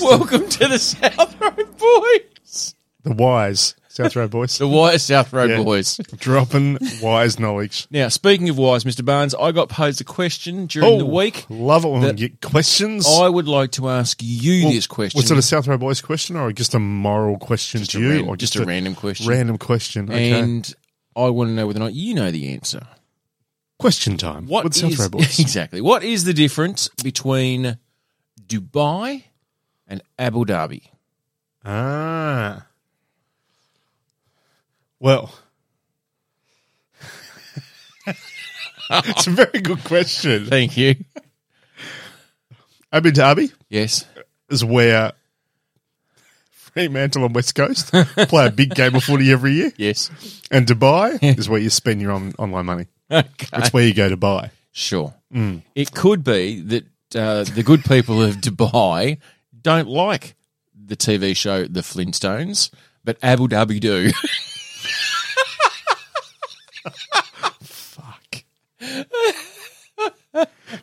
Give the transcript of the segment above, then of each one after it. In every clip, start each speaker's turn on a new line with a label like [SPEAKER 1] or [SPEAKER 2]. [SPEAKER 1] Welcome to the South Road Boys.
[SPEAKER 2] The wise South Road boys.
[SPEAKER 1] The Wise South Road
[SPEAKER 2] Yeah.
[SPEAKER 1] Boys.
[SPEAKER 2] Dropping wise knowledge.
[SPEAKER 1] Now, speaking of wise, Mr. Barnes, I got posed a question during
[SPEAKER 2] Oh.
[SPEAKER 1] the week.
[SPEAKER 2] Love it when
[SPEAKER 1] That-
[SPEAKER 2] we get questions.
[SPEAKER 1] I would like to ask you
[SPEAKER 2] Well,
[SPEAKER 1] this question.
[SPEAKER 2] Was it a South Road boys question or just a moral question
[SPEAKER 1] Just
[SPEAKER 2] to
[SPEAKER 1] a
[SPEAKER 2] you?
[SPEAKER 1] ran-
[SPEAKER 2] or
[SPEAKER 1] just a random question.
[SPEAKER 2] Random question. Okay.
[SPEAKER 1] And I want to know whether or not you know the answer.
[SPEAKER 2] question time.
[SPEAKER 1] What
[SPEAKER 2] with
[SPEAKER 1] is
[SPEAKER 2] South Road boys?
[SPEAKER 1] exactly? What is the difference between Dubai and Abu Dhabi?
[SPEAKER 2] Ah. Well. it's a very good question.
[SPEAKER 1] Thank you.
[SPEAKER 2] Abu Dhabi
[SPEAKER 1] Yes.
[SPEAKER 2] is where Fremantle and West Coast play a big game of footy every year.
[SPEAKER 1] Yes.
[SPEAKER 2] And Dubai is where you spend your on- online money.
[SPEAKER 1] Okay.
[SPEAKER 2] That's where you go to buy.
[SPEAKER 1] Sure.
[SPEAKER 2] Mm.
[SPEAKER 1] It could be that uh, the good people of Dubai don't like the TV show The Flintstones, but Abu Dhabi do.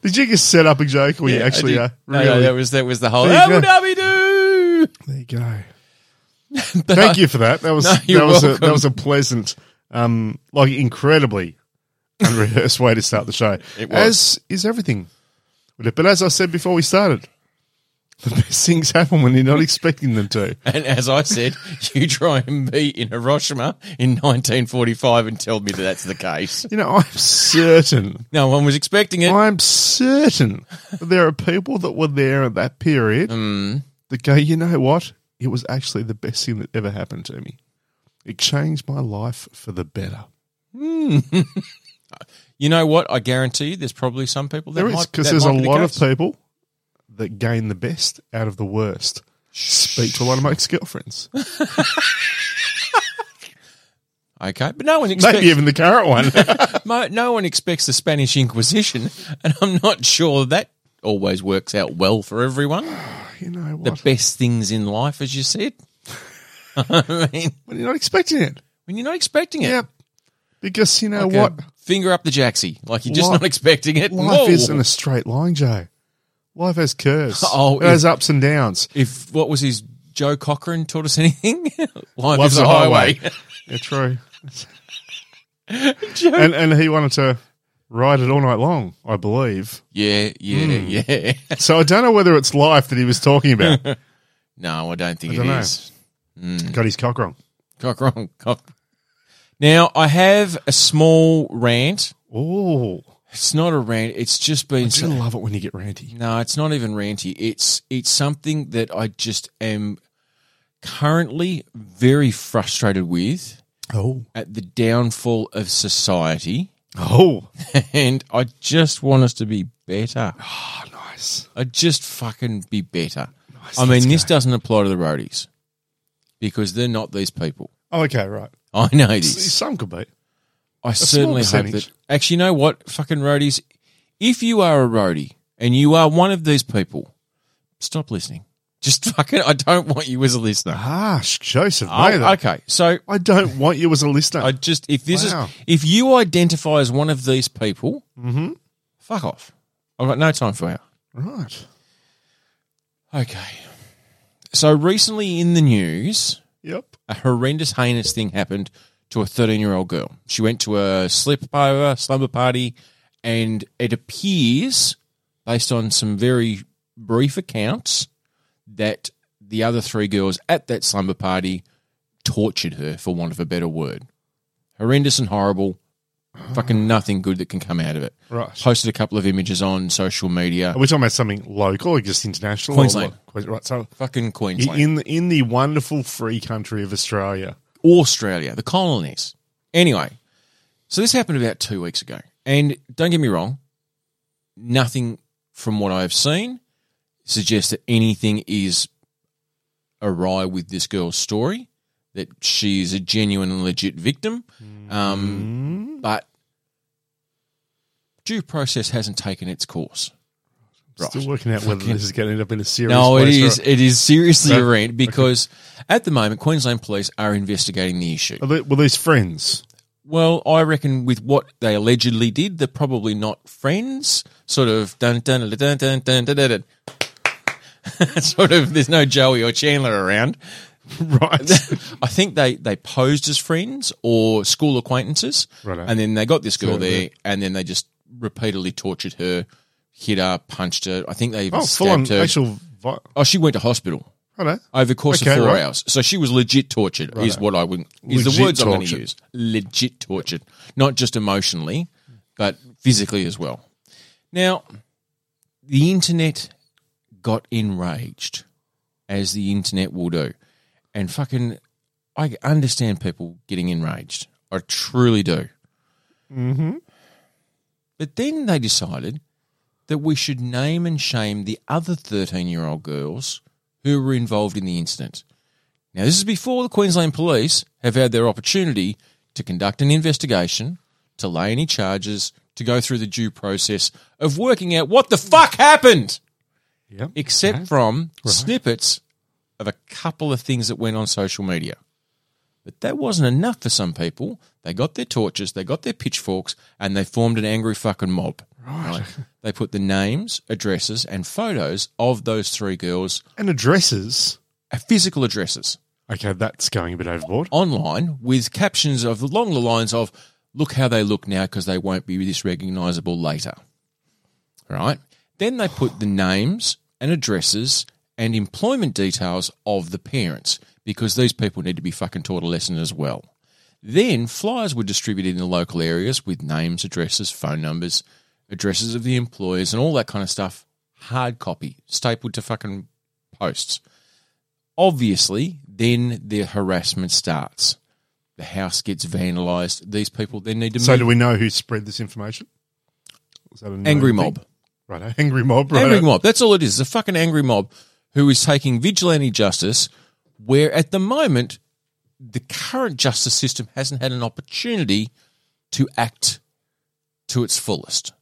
[SPEAKER 2] Did you just set up a joke or you actually
[SPEAKER 1] I
[SPEAKER 2] uh,
[SPEAKER 1] did- no,
[SPEAKER 2] really?
[SPEAKER 1] no, that was that was the whole
[SPEAKER 2] There you
[SPEAKER 1] Abu
[SPEAKER 2] go.
[SPEAKER 1] Dhabi do.
[SPEAKER 2] there you go.
[SPEAKER 1] But
[SPEAKER 2] Thank you for that. That was
[SPEAKER 1] No, you're
[SPEAKER 2] that was a,
[SPEAKER 1] welcome.
[SPEAKER 2] that was a pleasant, um, like incredibly unrehearsed way to start the show.
[SPEAKER 1] It was.
[SPEAKER 2] As is everything. with it. But as I said before we started, the best things happen when you're not expecting them to.
[SPEAKER 1] And as I said, you try and be in Hiroshima in 1945 and tell me that that's the case.
[SPEAKER 2] You know, I'm certain,
[SPEAKER 1] No one was expecting it.
[SPEAKER 2] I'm certain that there are people that were there at that period
[SPEAKER 1] Mm.
[SPEAKER 2] that go, you know what? It was actually the best thing that ever happened to me. It changed my life for the better.
[SPEAKER 1] You know what? I guarantee you, there's probably some people that
[SPEAKER 2] There is
[SPEAKER 1] might-
[SPEAKER 2] because
[SPEAKER 1] that
[SPEAKER 2] there's
[SPEAKER 1] might
[SPEAKER 2] a
[SPEAKER 1] be the
[SPEAKER 2] lot
[SPEAKER 1] case.
[SPEAKER 2] of people that gain the best out of the worst. Speak to a lot of my ex-girlfriends,
[SPEAKER 1] Okay, but no one expects.
[SPEAKER 2] maybe even the current one.
[SPEAKER 1] Mo- no one expects the Spanish Inquisition, and I'm not sure that always works out well for everyone.
[SPEAKER 2] you know
[SPEAKER 1] The
[SPEAKER 2] what?
[SPEAKER 1] best things in life, as you said. I mean,
[SPEAKER 2] When you're not expecting it,
[SPEAKER 1] when you're not expecting it.
[SPEAKER 2] yep. Because you know
[SPEAKER 1] Like a
[SPEAKER 2] what,
[SPEAKER 1] Finger up the jacksie. Like you're just
[SPEAKER 2] Life-
[SPEAKER 1] not expecting it.
[SPEAKER 2] life
[SPEAKER 1] Whoa.
[SPEAKER 2] isn't a straight line, Joe. Life has curves.
[SPEAKER 1] Oh,
[SPEAKER 2] it has ups and downs.
[SPEAKER 1] If what was his Joe Cochran taught us anything? Life
[SPEAKER 2] Love's
[SPEAKER 1] is a highway.
[SPEAKER 2] yeah, true. and and he wanted to ride it all night long, I believe.
[SPEAKER 1] yeah, yeah,
[SPEAKER 2] Hmm.
[SPEAKER 1] yeah.
[SPEAKER 2] So I don't know whether it's life that he was talking about.
[SPEAKER 1] No, I don't think
[SPEAKER 2] I
[SPEAKER 1] it is.
[SPEAKER 2] don't know. Got his cock wrong.
[SPEAKER 1] Cochran, Cochran. Now I have a small rant.
[SPEAKER 2] Oh,
[SPEAKER 1] It's not a rant. It's just been.
[SPEAKER 2] do
[SPEAKER 1] so-
[SPEAKER 2] love it when you get ranty.
[SPEAKER 1] No, it's not even ranty. It's it's something that I just am currently very frustrated with
[SPEAKER 2] Oh,
[SPEAKER 1] at the downfall of society,
[SPEAKER 2] oh,
[SPEAKER 1] and I just want us to be better.
[SPEAKER 2] oh nice.
[SPEAKER 1] I just fucking be better.
[SPEAKER 2] Nice,
[SPEAKER 1] I
[SPEAKER 2] let's
[SPEAKER 1] mean, this
[SPEAKER 2] go.
[SPEAKER 1] doesn't apply to the roadies because they're not these people.
[SPEAKER 2] Oh, okay, right.
[SPEAKER 1] I know this.
[SPEAKER 2] Some could be.
[SPEAKER 1] I
[SPEAKER 2] small
[SPEAKER 1] certainly hope that.
[SPEAKER 2] percentage.
[SPEAKER 1] Actually, you know what, fucking roadies? If you are a roadie and you are one of these people, stop listening. Just fucking, I don't want you as a
[SPEAKER 2] Ah,
[SPEAKER 1] listener.
[SPEAKER 2] Harsh, Joseph.
[SPEAKER 1] Oh,
[SPEAKER 2] neither.
[SPEAKER 1] okay, so
[SPEAKER 2] I don't want you as a listener.
[SPEAKER 1] I just if this
[SPEAKER 2] Wow.
[SPEAKER 1] is if you identify as one of these people,
[SPEAKER 2] Mm-hmm.
[SPEAKER 1] fuck off. I've got no time for you.
[SPEAKER 2] right.
[SPEAKER 1] Okay, so recently in the news,
[SPEAKER 2] Yep.
[SPEAKER 1] a horrendous, heinous thing happened to a 13 year old girl. She went to a sleepover, slumber party, and it appears, based on some very brief accounts, that the other three girls at that slumber party tortured her, for want of a better word. Horrendous and horrible. Fucking nothing good that can come out of it.
[SPEAKER 2] Right.
[SPEAKER 1] Posted a couple of images on social media.
[SPEAKER 2] Are we talking about something local or just international?
[SPEAKER 1] Queensland.
[SPEAKER 2] Or lo- Right. So
[SPEAKER 1] Fucking Queensland.
[SPEAKER 2] in the, in the wonderful free country of Australia.
[SPEAKER 1] Australia, the colonies. Anyway, so this happened about two weeks ago. And don't get me wrong, nothing from what I've seen suggests that anything is awry with this girl's story, that she is a genuine and legit victim. Um,
[SPEAKER 2] Mm.
[SPEAKER 1] but due process hasn't taken its course.
[SPEAKER 2] Still working out whether this is going to end up in a serious.
[SPEAKER 1] No, it
[SPEAKER 2] place or-
[SPEAKER 1] is. It is seriously
[SPEAKER 2] No?
[SPEAKER 1] a rant because at the moment, Queensland police are investigating the issue.
[SPEAKER 2] Are they, were these friends?
[SPEAKER 1] Well, I reckon with what they allegedly did, they're probably not friends. Sort of dun dun dun dun dun dun dun. dun. sort of there's no Joey or Chandler around.
[SPEAKER 2] right.
[SPEAKER 1] I think they they posed as friends or school acquaintances,
[SPEAKER 2] Righto.
[SPEAKER 1] and then they got this girl
[SPEAKER 2] So,
[SPEAKER 1] there, and then they just repeatedly tortured her, hit her, punched her. I think they even
[SPEAKER 2] oh, full on
[SPEAKER 1] stabbed her.
[SPEAKER 2] actual. Vi-
[SPEAKER 1] oh, she went to hospital
[SPEAKER 2] righto.
[SPEAKER 1] over the course
[SPEAKER 2] Okay,
[SPEAKER 1] of four
[SPEAKER 2] right.
[SPEAKER 1] hours. So she was legit tortured, is what I would is
[SPEAKER 2] Legit
[SPEAKER 1] the words I'm going to
[SPEAKER 2] tortured.
[SPEAKER 1] use. Legit tortured, not just emotionally, but physically as well. Now, the internet got enraged, as the internet will do, and fucking, I understand people getting enraged. I truly do.
[SPEAKER 2] Mm-hmm.
[SPEAKER 1] But then they decided that we should name and shame the other 13 year old girls who were involved in the incident. Now, this is before the Queensland Police have had their opportunity to conduct an investigation, to lay any charges, to go through the due process of working out what the fuck happened,
[SPEAKER 2] Yep.
[SPEAKER 1] except from snippets of a couple of things that went on social media. But that wasn't enough for some people. They got their torches, they got their pitchforks, and they formed an angry fucking mob. Right. They put the names, addresses, and photos of those three girls,
[SPEAKER 2] and addresses.
[SPEAKER 1] uh, physical addresses,
[SPEAKER 2] Okay, that's going a bit overboard.
[SPEAKER 1] online with captions of along the lines of, look how they look now because they won't be this recognizable later. Right? Then they put the names and addresses and employment details of the parents because these people need to be fucking taught a lesson as well. Then flyers were distributed in the local areas with names, addresses, phone numbers, addresses of the employers, and all that kind of stuff. Hard copy, stapled to fucking posts. Obviously, then the harassment starts. The house gets vandalised. These people then need to
[SPEAKER 2] So
[SPEAKER 1] move.
[SPEAKER 2] do we know who spread this information? Is that a known
[SPEAKER 1] Angry
[SPEAKER 2] thing?
[SPEAKER 1] mob.
[SPEAKER 2] Righto. Angry mob. Righto.
[SPEAKER 1] Angry mob. That's all it is. It's a fucking angry mob who is taking vigilante justice where at the moment the current justice system hasn't had an opportunity to act to its fullest.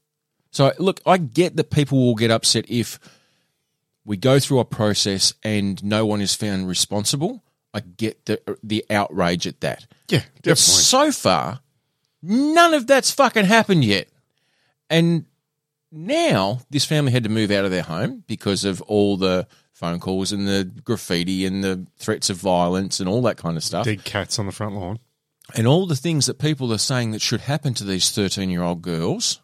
[SPEAKER 1] So look, I get that people will get upset if we go through a process and no one is found responsible. I get the the outrage at that.
[SPEAKER 2] Yeah,
[SPEAKER 1] But
[SPEAKER 2] definitely.
[SPEAKER 1] so far, none of that's fucking happened yet. And now this family had to move out of their home because of all the phone calls and the graffiti and the threats of violence and all that kind of stuff.
[SPEAKER 2] Dead cats on the front lawn.
[SPEAKER 1] And all the things that people are saying that should happen to these 13 year old girls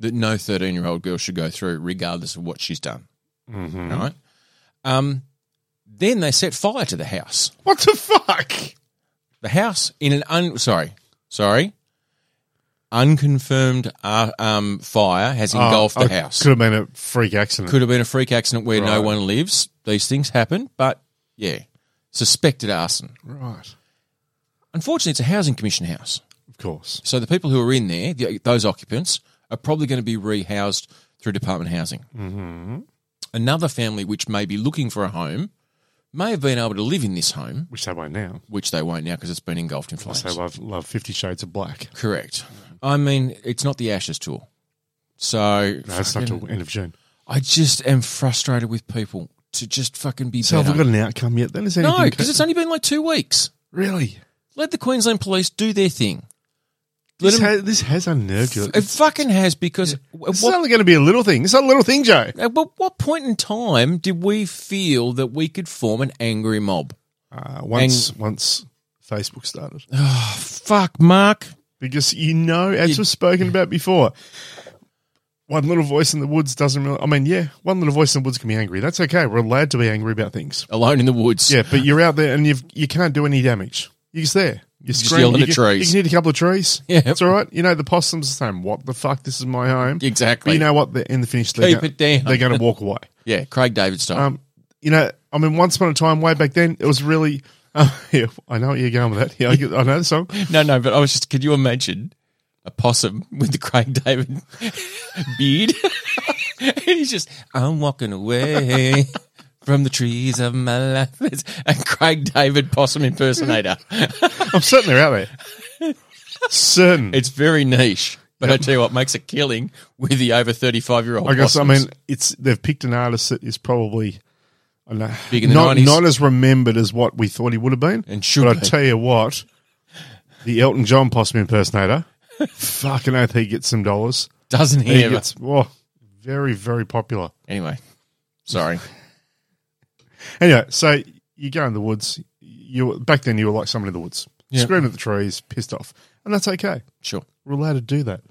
[SPEAKER 1] that no 13 year old girl should go through, regardless of what she's done.
[SPEAKER 2] Mhm.
[SPEAKER 1] Right? Um, then they set fire to the house.
[SPEAKER 2] What the fuck?
[SPEAKER 1] The house in an un sorry, sorry, unconfirmed uh, um, fire has engulfed
[SPEAKER 2] Oh,
[SPEAKER 1] the
[SPEAKER 2] oh,
[SPEAKER 1] house.
[SPEAKER 2] Could have been a freak accident.
[SPEAKER 1] Could have been a freak accident where no
[SPEAKER 2] Right.
[SPEAKER 1] one lives. These things happen, but yeah, suspected arson.
[SPEAKER 2] Right.
[SPEAKER 1] Unfortunately, it's a housing commission house,
[SPEAKER 2] Of course.
[SPEAKER 1] so the people who are in there, the, those occupants, are probably going to be rehoused through department housing. Mm-hmm. Another family which may be looking for a home may have been able to live in this home,
[SPEAKER 2] Which they won't now.
[SPEAKER 1] which they won't now because it's been engulfed in flames.
[SPEAKER 2] They love, love Fifty Shades of Black.
[SPEAKER 1] Correct. I mean, it's not the Ashes tour. So
[SPEAKER 2] No, it's not till end of June.
[SPEAKER 1] I just am frustrated with people to just fucking be
[SPEAKER 2] So have
[SPEAKER 1] better.
[SPEAKER 2] we got an outcome yet? Then is anything
[SPEAKER 1] no, because it's only been like two weeks.
[SPEAKER 2] really.
[SPEAKER 1] Let the Queensland police do their thing. Let
[SPEAKER 2] This,
[SPEAKER 1] them-
[SPEAKER 2] has, this has unnerved you.
[SPEAKER 1] it fucking has because at,
[SPEAKER 2] It's
[SPEAKER 1] what,
[SPEAKER 2] only going to be a little thing. It's not a little thing, Joe.
[SPEAKER 1] at what- what point in time did we feel that we could form an angry mob?
[SPEAKER 2] Uh, once, once Facebook started,
[SPEAKER 1] Oh,
[SPEAKER 2] Ah,
[SPEAKER 1] fuck, Mark.
[SPEAKER 2] because you know, as was spoken about before, one little voice in the woods doesn't really. I mean, yeah, one little voice in the woods can be angry. That's okay. We're allowed to be angry about things.
[SPEAKER 1] Alone in the woods.
[SPEAKER 2] Yeah, but you're out there and you've you can't do any damage. You're just there. You're
[SPEAKER 1] just
[SPEAKER 2] screaming.
[SPEAKER 1] yelling
[SPEAKER 2] you
[SPEAKER 1] at
[SPEAKER 2] can,
[SPEAKER 1] trees.
[SPEAKER 2] You can hit a couple of trees.
[SPEAKER 1] Yeah.
[SPEAKER 2] it's all right. You know the possums are saying, "What the fuck? This is my home." But
[SPEAKER 1] Exactly.
[SPEAKER 2] you know what? They're in the finish. They're
[SPEAKER 1] Keep
[SPEAKER 2] go-
[SPEAKER 1] it down.
[SPEAKER 2] They're going to walk away.
[SPEAKER 1] yeah, Craig David style.
[SPEAKER 2] Um, you know, I mean, once upon a time, way back then, it was really. Uh, yeah, I know where you're going with that. Yeah, I, get, I know the song.
[SPEAKER 1] No, no, but I was just, could you imagine a possum with the Craig David beard? and he's just, I'm walking away from the trees of my life. It's a Craig David possum impersonator.
[SPEAKER 2] I'm certain they're out there. Certain.
[SPEAKER 1] it's very niche, but I tell you what, makes a killing with the over 35 year old.
[SPEAKER 2] I guess. I mean, it's they've picked an artist that is probably. I don't know,
[SPEAKER 1] Big in the
[SPEAKER 2] not
[SPEAKER 1] 90s.
[SPEAKER 2] not as remembered as what we thought he would have been,
[SPEAKER 1] And should
[SPEAKER 2] But I
[SPEAKER 1] be.
[SPEAKER 2] tell you what, the Elton John possum impersonator, fucking oath, he gets some dollars.
[SPEAKER 1] doesn't
[SPEAKER 2] He
[SPEAKER 1] he? ever?
[SPEAKER 2] gets oh, very very popular.
[SPEAKER 1] Anyway, sorry.
[SPEAKER 2] Anyway, so you go in the woods. You back then you were like someone in the woods,
[SPEAKER 1] Yeah.
[SPEAKER 2] screaming at the trees, pissed off, and that's okay.
[SPEAKER 1] Sure.
[SPEAKER 2] We're allowed to do that.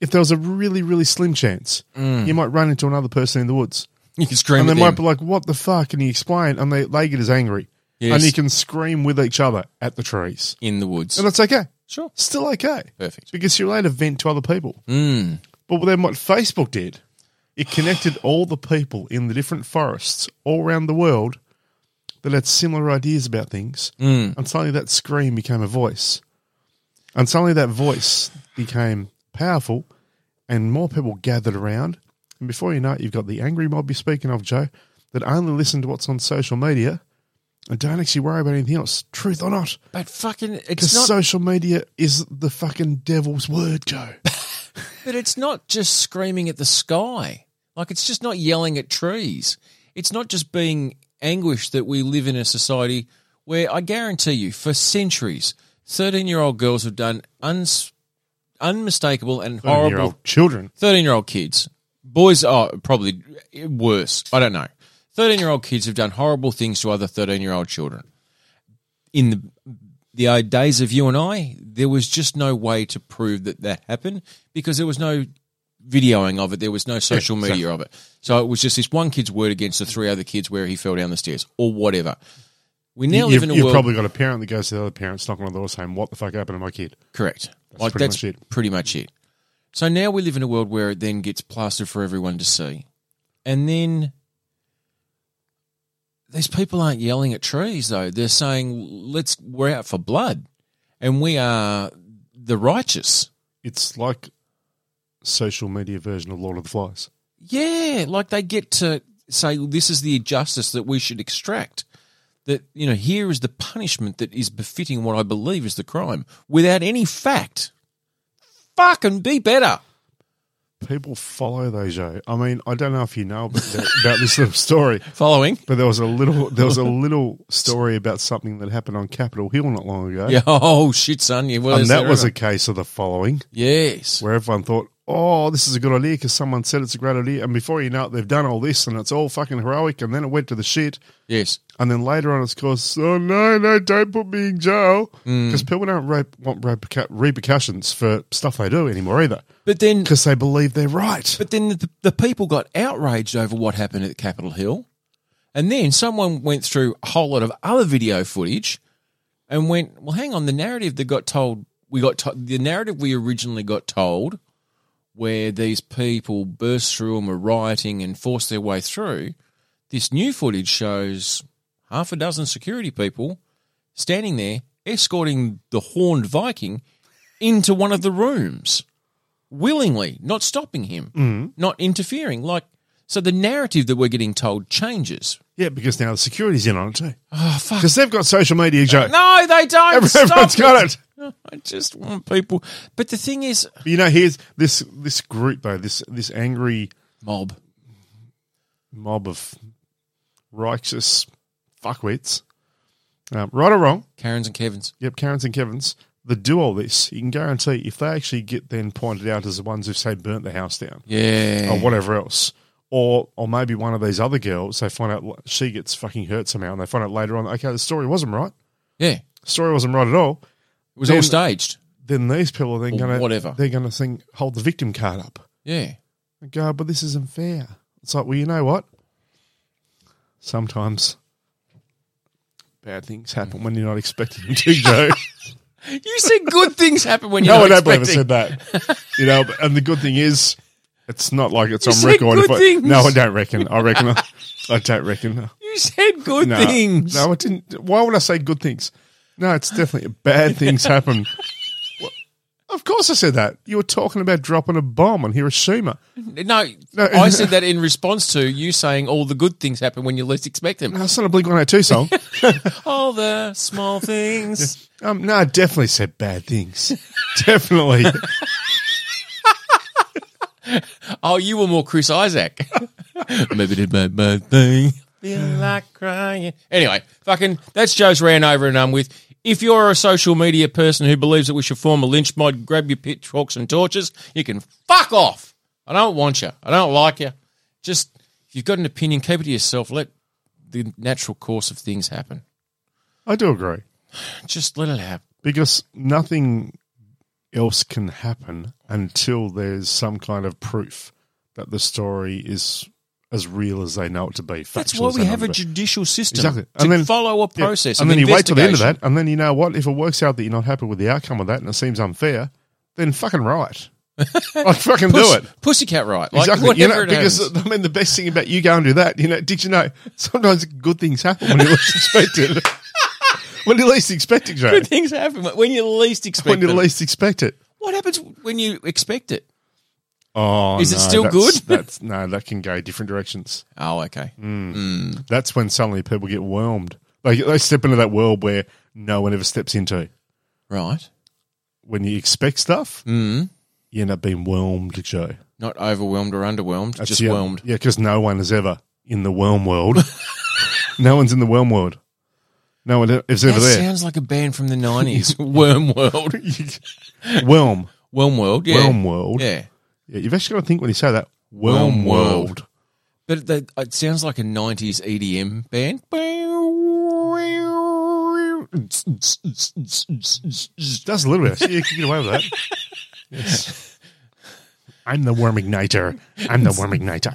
[SPEAKER 2] If there was a really, really slim chance,
[SPEAKER 1] Mm.
[SPEAKER 2] you might run into another person in the woods,
[SPEAKER 1] You can scream
[SPEAKER 2] and they
[SPEAKER 1] at
[SPEAKER 2] might
[SPEAKER 1] them.
[SPEAKER 2] be like, "What the fuck?" And you explain, and they they get as angry,
[SPEAKER 1] Yes.
[SPEAKER 2] and you can scream with each other at the trees,
[SPEAKER 1] in the woods.
[SPEAKER 2] and that's okay.
[SPEAKER 1] Sure.
[SPEAKER 2] Still okay
[SPEAKER 1] Perfect.
[SPEAKER 2] because you're allowed to vent to other people.
[SPEAKER 1] Mm.
[SPEAKER 2] But then what Facebook did, it connected all the people in the different forests all around the world that had similar ideas about things.
[SPEAKER 1] Mm.
[SPEAKER 2] And suddenly that scream became a voice. And suddenly that voice became powerful and more people gathered around. And before you know it, you've got the angry mob you're speaking of, Joe, that only listen to what's on social media and don't actually worry about anything else, truth or not.
[SPEAKER 1] But fucking,
[SPEAKER 2] Because
[SPEAKER 1] it's not.
[SPEAKER 2] social media is the fucking devil's word, Joe.
[SPEAKER 1] but it's not just screaming at the sky. Like it's just not yelling at trees. It's not just being anguished that we live in a society where I guarantee you, for centuries, thirteen-year-old girls have done uns- unmistakable and horrible
[SPEAKER 2] Horrible children.
[SPEAKER 1] 13 year old kids, boys are probably worse. I don't know. 13 year old kids have done horrible things to other 13 year old children. In the, the old days of you and I, there was just no way to prove that that happened because there was no videoing of it, there was no social media of it. So it was just this one kid's word against the three other kids where he fell down the stairs or whatever. We now live
[SPEAKER 2] you've,
[SPEAKER 1] in a
[SPEAKER 2] you've
[SPEAKER 1] world.
[SPEAKER 2] probably got a parent that goes to the other parents knocking on the door saying, "What the fuck happened to my kid?"
[SPEAKER 1] Correct. like
[SPEAKER 2] pretty
[SPEAKER 1] that's
[SPEAKER 2] much it.
[SPEAKER 1] pretty much it. So now we live in a world where it then gets plastered for everyone to see, and then these people aren't yelling at trees though. They're saying, "Let's we're out for blood, and we are the righteous."
[SPEAKER 2] It's like social media version of Lord of the Flies.
[SPEAKER 1] Yeah, like they get to say this is the injustice that we should extract. That you know, here is the punishment that is befitting what I believe is the crime, without any fact. Fucking be better.
[SPEAKER 2] People follow those. Joe. I mean, I don't know if you know about, that- about this little story,
[SPEAKER 1] Following.
[SPEAKER 2] but there was a little there was a little story about something that happened on Capitol Hill not long ago,
[SPEAKER 1] Yeah. Oh shit, son. Yeah. Well,
[SPEAKER 2] and
[SPEAKER 1] is
[SPEAKER 2] that
[SPEAKER 1] there
[SPEAKER 2] was
[SPEAKER 1] ever?
[SPEAKER 2] a case of the following,
[SPEAKER 1] yes.
[SPEAKER 2] where everyone thought, "Oh, this is a good idea," because someone said it's a great idea, and before you know it, they've done all this, and it's all fucking heroic, and then it went to the shit.
[SPEAKER 1] Yes.
[SPEAKER 2] And then later on, it's caused, oh, no, no, don't put me in jail.
[SPEAKER 1] Mm.
[SPEAKER 2] Because people don't re- want reperca- repercussions for stuff they do anymore either.
[SPEAKER 1] But then,
[SPEAKER 2] Because they believe they're right.
[SPEAKER 1] but then the, the people got outraged over what happened at Capitol Hill, and then someone went through a whole lot of other video footage, and went, "Well, hang on. The narrative that got told, we got to, the narrative we originally got told, where these people burst through and were rioting and forced their way through. This new footage shows half a dozen security people standing there escorting the horned Viking into one of the rooms willingly, not stopping him,
[SPEAKER 2] Mm-hmm.
[SPEAKER 1] not interfering. Like, so the narrative that we're getting told changes.
[SPEAKER 2] Yeah, because now the security's in on it too.
[SPEAKER 1] Oh, fuck.
[SPEAKER 2] Because they've got social media, Joe.
[SPEAKER 1] No, they don't.
[SPEAKER 2] Everyone's
[SPEAKER 1] Stop
[SPEAKER 2] got it.
[SPEAKER 1] I just want people. But the thing is,
[SPEAKER 2] But you know, here's this this group, though, this, this angry
[SPEAKER 1] mob.
[SPEAKER 2] mob of righteous fuckwits, um, right or wrong,
[SPEAKER 1] Karen's and Kevin's.
[SPEAKER 2] Yep, Karens and Kevin's that do all this, you can guarantee if they actually get then pointed out as the ones who say burnt the house down
[SPEAKER 1] Yeah.
[SPEAKER 2] or whatever else, or or maybe one of these other girls, they find out she gets fucking hurt somehow, and they find out later on, okay, the story wasn't right,
[SPEAKER 1] Yeah. It
[SPEAKER 2] the story wasn't right at all.
[SPEAKER 1] was
[SPEAKER 2] Then-
[SPEAKER 1] all staged.
[SPEAKER 2] Then these people are then
[SPEAKER 1] Or
[SPEAKER 2] gonna
[SPEAKER 1] whatever.
[SPEAKER 2] they're gonna think hold the victim card up
[SPEAKER 1] Yeah.
[SPEAKER 2] and go, but this isn't fair. It's like, well, you know what? Sometimes bad things happen when you're not expecting them to, Joe.
[SPEAKER 1] You said good things happen when you're
[SPEAKER 2] No
[SPEAKER 1] not
[SPEAKER 2] one ever
[SPEAKER 1] expecting.
[SPEAKER 2] said that. You know, but- and the good thing is, it's not like it's
[SPEAKER 1] You
[SPEAKER 2] on
[SPEAKER 1] said
[SPEAKER 2] record.
[SPEAKER 1] good
[SPEAKER 2] If I-
[SPEAKER 1] things.
[SPEAKER 2] no, I don't reckon. I reckon. I, I don't reckon.
[SPEAKER 1] You said good
[SPEAKER 2] No,
[SPEAKER 1] things.
[SPEAKER 2] No, I didn't. Why would I say good things? No, it's definitely bad things happen. Well, Of course, I said that. You were talking about dropping a bomb on Hiroshima.
[SPEAKER 1] No, I said that in response to you saying all the good things happen when you least expect them.
[SPEAKER 2] That's not a Blink One Eight Two song.
[SPEAKER 1] All the small things.
[SPEAKER 2] Um, no, I definitely said bad things. definitely.
[SPEAKER 1] Oh, you were more Chris Isaac. Maybe did my bad thing. Feel like crying. Anyway, fucking, that's Joe's ran over and I'm with. If you're a social media person who believes that we should form a lynch mob, grab your pitchforks and torches, you can fuck off. I don't want you. I don't like you. Just, if you've got an opinion, keep it to yourself. Let the natural course of things happen.
[SPEAKER 2] I do agree
[SPEAKER 1] Just let it happen.
[SPEAKER 2] because nothing else can happen until there's some kind of proof that the story is as real as they know it to be.
[SPEAKER 1] That's
[SPEAKER 2] factual
[SPEAKER 1] why
[SPEAKER 2] as
[SPEAKER 1] we
[SPEAKER 2] they
[SPEAKER 1] have
[SPEAKER 2] know
[SPEAKER 1] a
[SPEAKER 2] it to be.
[SPEAKER 1] judicial system
[SPEAKER 2] Exactly.
[SPEAKER 1] to
[SPEAKER 2] And then-
[SPEAKER 1] follow a
[SPEAKER 2] Yeah.
[SPEAKER 1] process.
[SPEAKER 2] and then you wait till the end of
[SPEAKER 1] investigation.
[SPEAKER 2] that, and then you know what? If it works out that you're not happy with the outcome of that, and it seems unfair, then fucking right, like fucking do
[SPEAKER 1] Puss-
[SPEAKER 2] it.
[SPEAKER 1] Pussycat right. Like,
[SPEAKER 2] exactly.
[SPEAKER 1] whatever
[SPEAKER 2] You know,
[SPEAKER 1] it
[SPEAKER 2] because
[SPEAKER 1] happens.
[SPEAKER 2] I mean, the best thing about you go and do that, you know, did you know sometimes good things happen when you least expect it? when you least expect it, Joe.
[SPEAKER 1] Good things happen when you least expect
[SPEAKER 2] When you
[SPEAKER 1] them.
[SPEAKER 2] least expect it.
[SPEAKER 1] What happens when you expect it?
[SPEAKER 2] Oh,
[SPEAKER 1] Is it
[SPEAKER 2] no,
[SPEAKER 1] still
[SPEAKER 2] that's-
[SPEAKER 1] good?
[SPEAKER 2] That's no, that can go different directions.
[SPEAKER 1] Oh, okay.
[SPEAKER 2] Mm. That's when suddenly people get whelmed. Like they step into that world where no one ever steps into.
[SPEAKER 1] Right.
[SPEAKER 2] When you expect stuff,
[SPEAKER 1] Mm.
[SPEAKER 2] you end up being whelmed, Joe.
[SPEAKER 1] Not overwhelmed or underwhelmed,
[SPEAKER 2] That's
[SPEAKER 1] just
[SPEAKER 2] the-
[SPEAKER 1] whelmed.
[SPEAKER 2] Yeah, because no one is ever in the whelm world. no one's in the whelm world. No one e- is ever
[SPEAKER 1] That
[SPEAKER 2] there.
[SPEAKER 1] sounds like a band from the 90s. Worm World.
[SPEAKER 2] Whelm.
[SPEAKER 1] Whelm World, yeah.
[SPEAKER 2] Whelm world. Yeah.
[SPEAKER 1] Yeah.
[SPEAKER 2] You've actually got to think when you say that.
[SPEAKER 1] Whelm
[SPEAKER 2] Whelm, world.
[SPEAKER 1] world. But that, it sounds like a 90s EDM band.
[SPEAKER 2] It does a little bit. You can get away with that. Yes. I'm the worm igniter. I'm the worm igniter.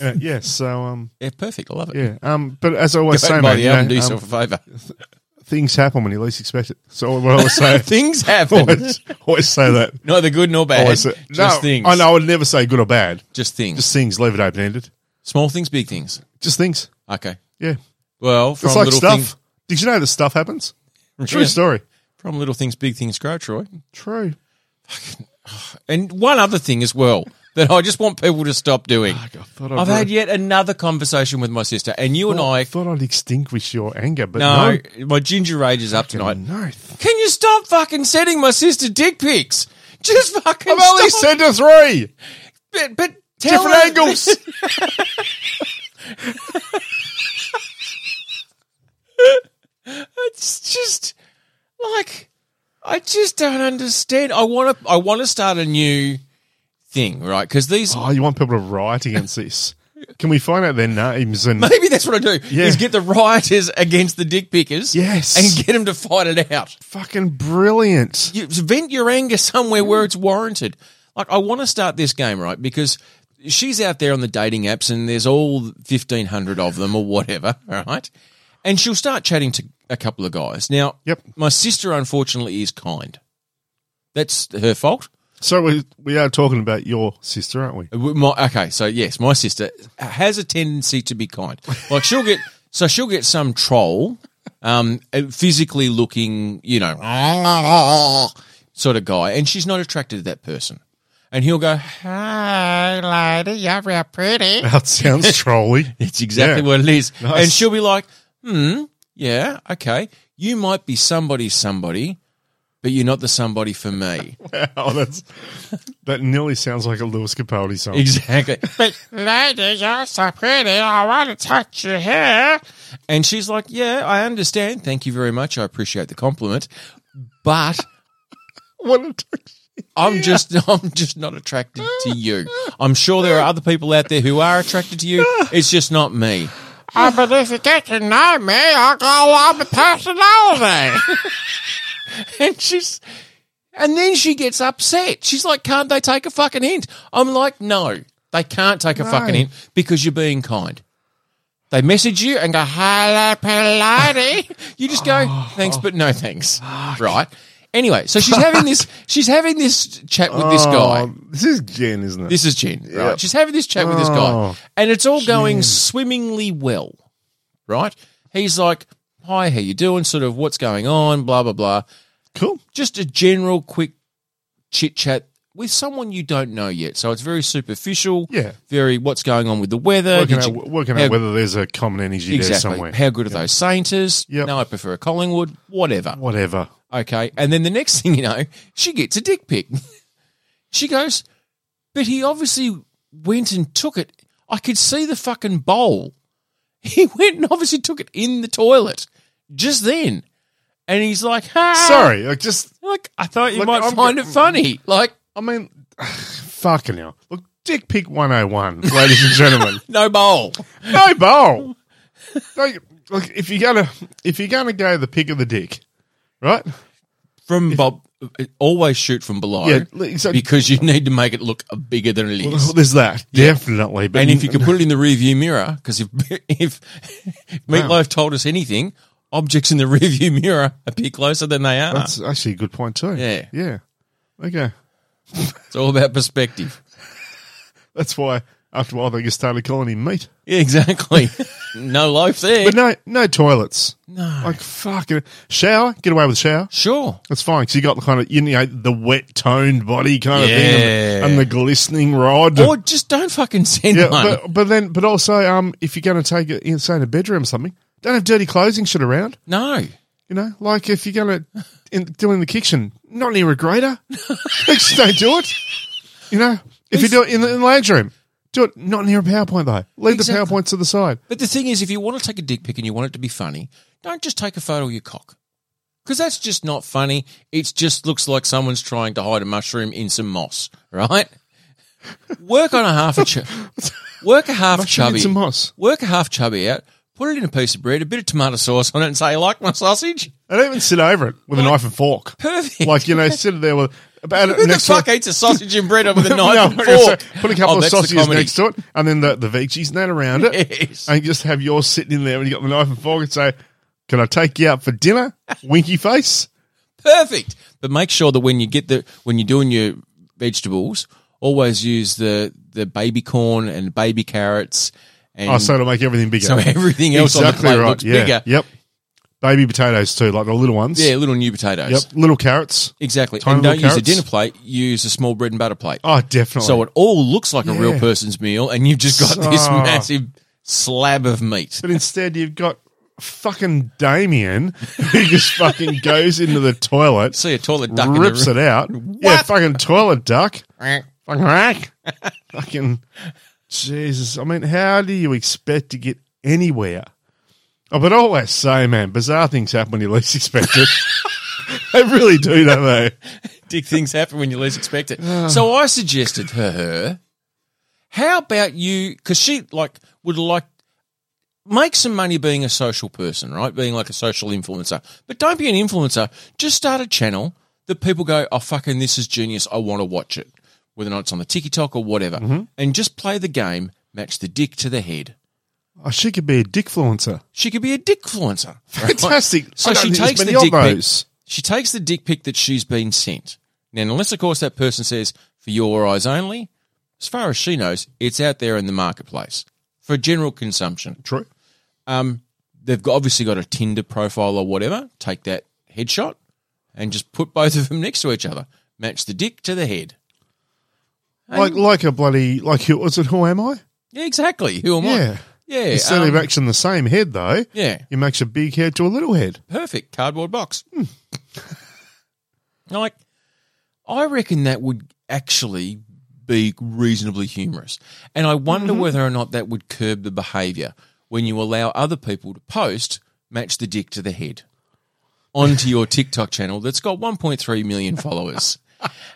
[SPEAKER 2] Uh, yeah, so, um,
[SPEAKER 1] Yeah, perfect. I love it.
[SPEAKER 2] yeah. Um, but as I always
[SPEAKER 1] Go out
[SPEAKER 2] say,
[SPEAKER 1] and buy
[SPEAKER 2] mate,
[SPEAKER 1] the
[SPEAKER 2] you
[SPEAKER 1] album, do
[SPEAKER 2] know, um,
[SPEAKER 1] yourself a favour.
[SPEAKER 2] things happen when you least expect it. So what I always say,
[SPEAKER 1] things happen.
[SPEAKER 2] always, always say that.
[SPEAKER 1] Neither good nor bad.
[SPEAKER 2] Always say,
[SPEAKER 1] just
[SPEAKER 2] Oh, no,
[SPEAKER 1] things.
[SPEAKER 2] I know I would never say good or bad.
[SPEAKER 1] Just things.
[SPEAKER 2] Just things. Leave it open ended.
[SPEAKER 1] Small things, big things.
[SPEAKER 2] Just things.
[SPEAKER 1] Okay.
[SPEAKER 2] Yeah.
[SPEAKER 1] Well, from
[SPEAKER 2] It's like
[SPEAKER 1] little
[SPEAKER 2] stuff.
[SPEAKER 1] things,
[SPEAKER 2] Did you know that stuff happens? True
[SPEAKER 1] Yeah.
[SPEAKER 2] story.
[SPEAKER 1] from little things, big things grow, Troy.
[SPEAKER 2] True.
[SPEAKER 1] And one other thing as well that I just want people to stop doing.
[SPEAKER 2] I thought
[SPEAKER 1] I've had yet another conversation with my sister, and you and I.
[SPEAKER 2] thought I'd extinguish your anger, but
[SPEAKER 1] No,
[SPEAKER 2] no,
[SPEAKER 1] my ginger rage is up
[SPEAKER 2] no.
[SPEAKER 1] tonight. Can you stop fucking sending my sister dick pics? Just fucking
[SPEAKER 2] I've only
[SPEAKER 1] stop.
[SPEAKER 2] sent her three
[SPEAKER 1] but, but tell
[SPEAKER 2] different
[SPEAKER 1] her-
[SPEAKER 2] angles.
[SPEAKER 1] It's just like I just don't understand. I want to. I want to start a new thing, right? Because these
[SPEAKER 2] oh, you want people to riot against this? Can we find out their names and
[SPEAKER 1] Maybe that's what I do.
[SPEAKER 2] Yeah.
[SPEAKER 1] Is get the rioters against the dick pickers.
[SPEAKER 2] Yes.
[SPEAKER 1] And get them to fight it out.
[SPEAKER 2] fucking brilliant?
[SPEAKER 1] You vent your anger somewhere where it's warranted. Like I want to start this game right because she's out there on the dating apps and there's all 1500 of them or whatever, all right? And she'll start chatting to a couple of guys. Now,
[SPEAKER 2] Yep.
[SPEAKER 1] my sister unfortunately is kind. That's her fault.
[SPEAKER 2] So we we are talking about your sister, aren't we?
[SPEAKER 1] My, okay, so yes, my sister has a tendency to be kind. Like she'll get, so she'll get some troll, um, physically looking, you know, sort of guy, and she's not attracted to that person. And he'll go, "Hey, lady, you're real pretty."
[SPEAKER 2] That sounds trolly.
[SPEAKER 1] It's exactly
[SPEAKER 2] Yeah.
[SPEAKER 1] what it is,
[SPEAKER 2] Nice.
[SPEAKER 1] and she'll be like, "Hmm, yeah, okay, you might be somebody's somebody, but you're not the somebody for me."
[SPEAKER 2] Oh, that's that nearly sounds like a Lewis Capaldi song.
[SPEAKER 1] Exactly. but lady, you're so pretty. I want to touch your hair. And she's like, Yeah, I understand. Thank you very much. I appreciate the compliment. But
[SPEAKER 2] What a t-
[SPEAKER 1] I'm just I'm just not attracted to you. I'm sure there are other people out there who are attracted to you. It's just not me.
[SPEAKER 3] Oh, but if you get to know me, I go on the personality.
[SPEAKER 1] And she's and then she gets upset. She's like, Can't they take a fucking hint? I'm like, No, they can't take a fucking hint because you're being kind. They message you and go, Hello, Pilati. you just go,
[SPEAKER 2] Oh.
[SPEAKER 1] Thanks, but no thanks. Right. Anyway, so she's having this she's having this chat with this guy.
[SPEAKER 2] Oh, this is Jen, isn't it?
[SPEAKER 1] This is Jen, right? She's having this chat with this guy,
[SPEAKER 2] Oh,
[SPEAKER 1] and it's all going swimmingly well, right? He's like, "Hi, how you doing? Sort of, what's going on? Blah blah blah."
[SPEAKER 2] cool.
[SPEAKER 1] just a general quick chit chat with someone you don't know yet. So it's very superficial.
[SPEAKER 2] Yeah.
[SPEAKER 1] Very what's going on with the weather.
[SPEAKER 2] Working
[SPEAKER 1] Did
[SPEAKER 2] out,
[SPEAKER 1] you-
[SPEAKER 2] working
[SPEAKER 1] how-
[SPEAKER 2] out whether there's a common energy there
[SPEAKER 1] exactly.
[SPEAKER 2] somewhere.
[SPEAKER 1] How good are those Sainters?
[SPEAKER 2] Yep.
[SPEAKER 1] No, I prefer a Collingwood. Whatever.
[SPEAKER 2] Whatever.
[SPEAKER 1] Okay. And then the next thing you know, she gets a dick pic. she goes, but he obviously went and took it. I could see the fucking bowl. He went and obviously took it in the toilet just then. And he's like, ah.
[SPEAKER 2] Sorry, like just
[SPEAKER 1] Like, I thought you
[SPEAKER 2] Look,
[SPEAKER 1] might
[SPEAKER 2] I'm
[SPEAKER 1] find
[SPEAKER 2] get-
[SPEAKER 1] it funny. Like,
[SPEAKER 2] I mean, fucking oh hell. Look, Dick Pick 101, ladies and gentlemen.
[SPEAKER 1] no bowl.
[SPEAKER 2] No bowl. Don't you- Look, if you're gonna if you're gonna go the pick of the dick, right?
[SPEAKER 1] From Bob, always shoot from below
[SPEAKER 2] Yeah, exactly.
[SPEAKER 1] because you need to make it look bigger than it is.
[SPEAKER 2] Well, there's that definitely. But
[SPEAKER 1] and if you could put it in the rearview mirror, because if if Meatloaf told us anything, objects in the rearview mirror appear closer than they are.
[SPEAKER 2] that's actually a good point too.
[SPEAKER 1] Yeah.
[SPEAKER 2] yeah. Okay,
[SPEAKER 1] it's all about perspective.
[SPEAKER 2] that's why after a while they just started calling him meat.
[SPEAKER 1] Yeah, exactly. no life there.
[SPEAKER 2] But no, no toilets.
[SPEAKER 1] no.
[SPEAKER 2] Like fucking shower, get away with shower.
[SPEAKER 1] Sure.
[SPEAKER 2] That's fine because you got the kind of you know the wet toned body kind of thing and
[SPEAKER 1] Yeah.
[SPEAKER 2] the, and the glistening rod.
[SPEAKER 1] Or just don't fucking send
[SPEAKER 2] yeah,
[SPEAKER 1] one.
[SPEAKER 2] but, but then but also um if you're going to take it inside a bedroom or something, don't have dirty clothing shit around.
[SPEAKER 1] no.
[SPEAKER 2] You know, like if you're going to in, do it in the kitchen, not near a grater. just don't do it. You know, if you do it in the, in the lounge room, do it not near a PowerPoint though. Leave
[SPEAKER 1] Exactly.
[SPEAKER 2] the PowerPoint to the side.
[SPEAKER 1] But the thing is, if you want to take a dick pic and you want it to be funny, don't just take a photo of your cock. Because that's just not funny. It just looks like someone's trying to hide a mushroom in some moss, right? Work on a half a chub. Work a half
[SPEAKER 2] Mushroom in
[SPEAKER 1] chubby.
[SPEAKER 2] some moss.
[SPEAKER 1] Work a half chubby out. Put it in a piece of bread, a bit of tomato sauce on it, and say, "Like my sausage?"
[SPEAKER 2] I don't even sit over it with a knife and fork.
[SPEAKER 1] Perfect.
[SPEAKER 2] Like you know, sit there with about
[SPEAKER 1] Who the
[SPEAKER 2] next to
[SPEAKER 1] fuck
[SPEAKER 2] it.
[SPEAKER 1] eats a sausage and bread with a
[SPEAKER 2] No,
[SPEAKER 1] knife
[SPEAKER 2] I'm
[SPEAKER 1] and
[SPEAKER 2] not gonna say-
[SPEAKER 1] fork?
[SPEAKER 2] Put a couple
[SPEAKER 1] Oh,
[SPEAKER 2] of
[SPEAKER 1] that's the
[SPEAKER 2] sausages
[SPEAKER 1] comedy.
[SPEAKER 2] next to it, and then the the veggies net around it,
[SPEAKER 1] Yes.
[SPEAKER 2] and you just have yours sitting in there. And you got the knife and fork, and say, "Can I take you out for dinner?" Winky face.
[SPEAKER 1] perfect. But make sure that when you get the when you're doing your vegetables, always use the the baby corn and baby carrots, and
[SPEAKER 2] Oh, so
[SPEAKER 1] Mm. so,
[SPEAKER 2] it'll make everything bigger.
[SPEAKER 1] everything else on the plate looks
[SPEAKER 2] yeah.
[SPEAKER 1] bigger.
[SPEAKER 2] Yep. Baby potatoes too, like the little ones.
[SPEAKER 1] Yeah, little new potatoes.
[SPEAKER 2] Yep. Little carrots.
[SPEAKER 1] Exactly.
[SPEAKER 2] Tiny
[SPEAKER 1] and don't
[SPEAKER 2] little
[SPEAKER 1] use a
[SPEAKER 2] carrots.
[SPEAKER 1] dinner plate. Use a small bread and butter plate.
[SPEAKER 2] Oh, definitely.
[SPEAKER 1] so it all looks like a
[SPEAKER 2] Yeah.
[SPEAKER 1] real person's meal, and you've just got this
[SPEAKER 2] Ah.
[SPEAKER 1] massive slab of meat.
[SPEAKER 2] But instead, you've got fucking Damien who just fucking goes into the toilet,
[SPEAKER 1] See a toilet duck
[SPEAKER 2] rips
[SPEAKER 1] in
[SPEAKER 2] it out. Yeah, fucking toilet duck.
[SPEAKER 1] the
[SPEAKER 2] Fucking rack. fucking Jesus. I mean, how do you expect to get anywhere? Oh, I would always say, man, bizarre things happen when you least expect it. they really do, don't they?
[SPEAKER 1] Dick things happen when you least expect it. so I suggested to her, how about you? Because she like would like make some money being a social person, right? Being like a social influencer, but don't be an influencer. Just start a channel that people go, "Oh fucking, this is genius! I want to watch it." Whether or not it's on the TikTok or whatever, and just play the game, match the dick to the head.
[SPEAKER 2] Oh, she could be a dickfluencer.
[SPEAKER 1] She could be a dick influencer.
[SPEAKER 2] Fantastic. I
[SPEAKER 1] So
[SPEAKER 2] don't
[SPEAKER 1] she
[SPEAKER 2] think there's
[SPEAKER 1] takes the
[SPEAKER 2] many of
[SPEAKER 1] dick pic.
[SPEAKER 2] those.
[SPEAKER 1] She takes the dick pic that she's been sent. Now, unless of course that person says for your eyes only, as far as she knows, it's out there in the marketplace for general consumption.
[SPEAKER 2] True.
[SPEAKER 1] Um, they've got, obviously got a Tinder profile or whatever. Take that headshot and just put both of them next to each other. Match the dick to the head.
[SPEAKER 2] Like like a bloody like who was it? Who am I?
[SPEAKER 1] Yeah, exactly. Who am
[SPEAKER 2] Yeah.
[SPEAKER 1] I? Yeah,
[SPEAKER 2] Instead of
[SPEAKER 1] um,
[SPEAKER 2] action the same head though,
[SPEAKER 1] yeah.
[SPEAKER 2] he makes a big head to a little head.
[SPEAKER 1] perfect cardboard box. Hmm. like, I reckon that would actually be reasonably humorous. And I wonder whether or not that would curb the behavior when you allow other people to post match the dick to the head onto your TikTok channel that's got 1.3 million followers.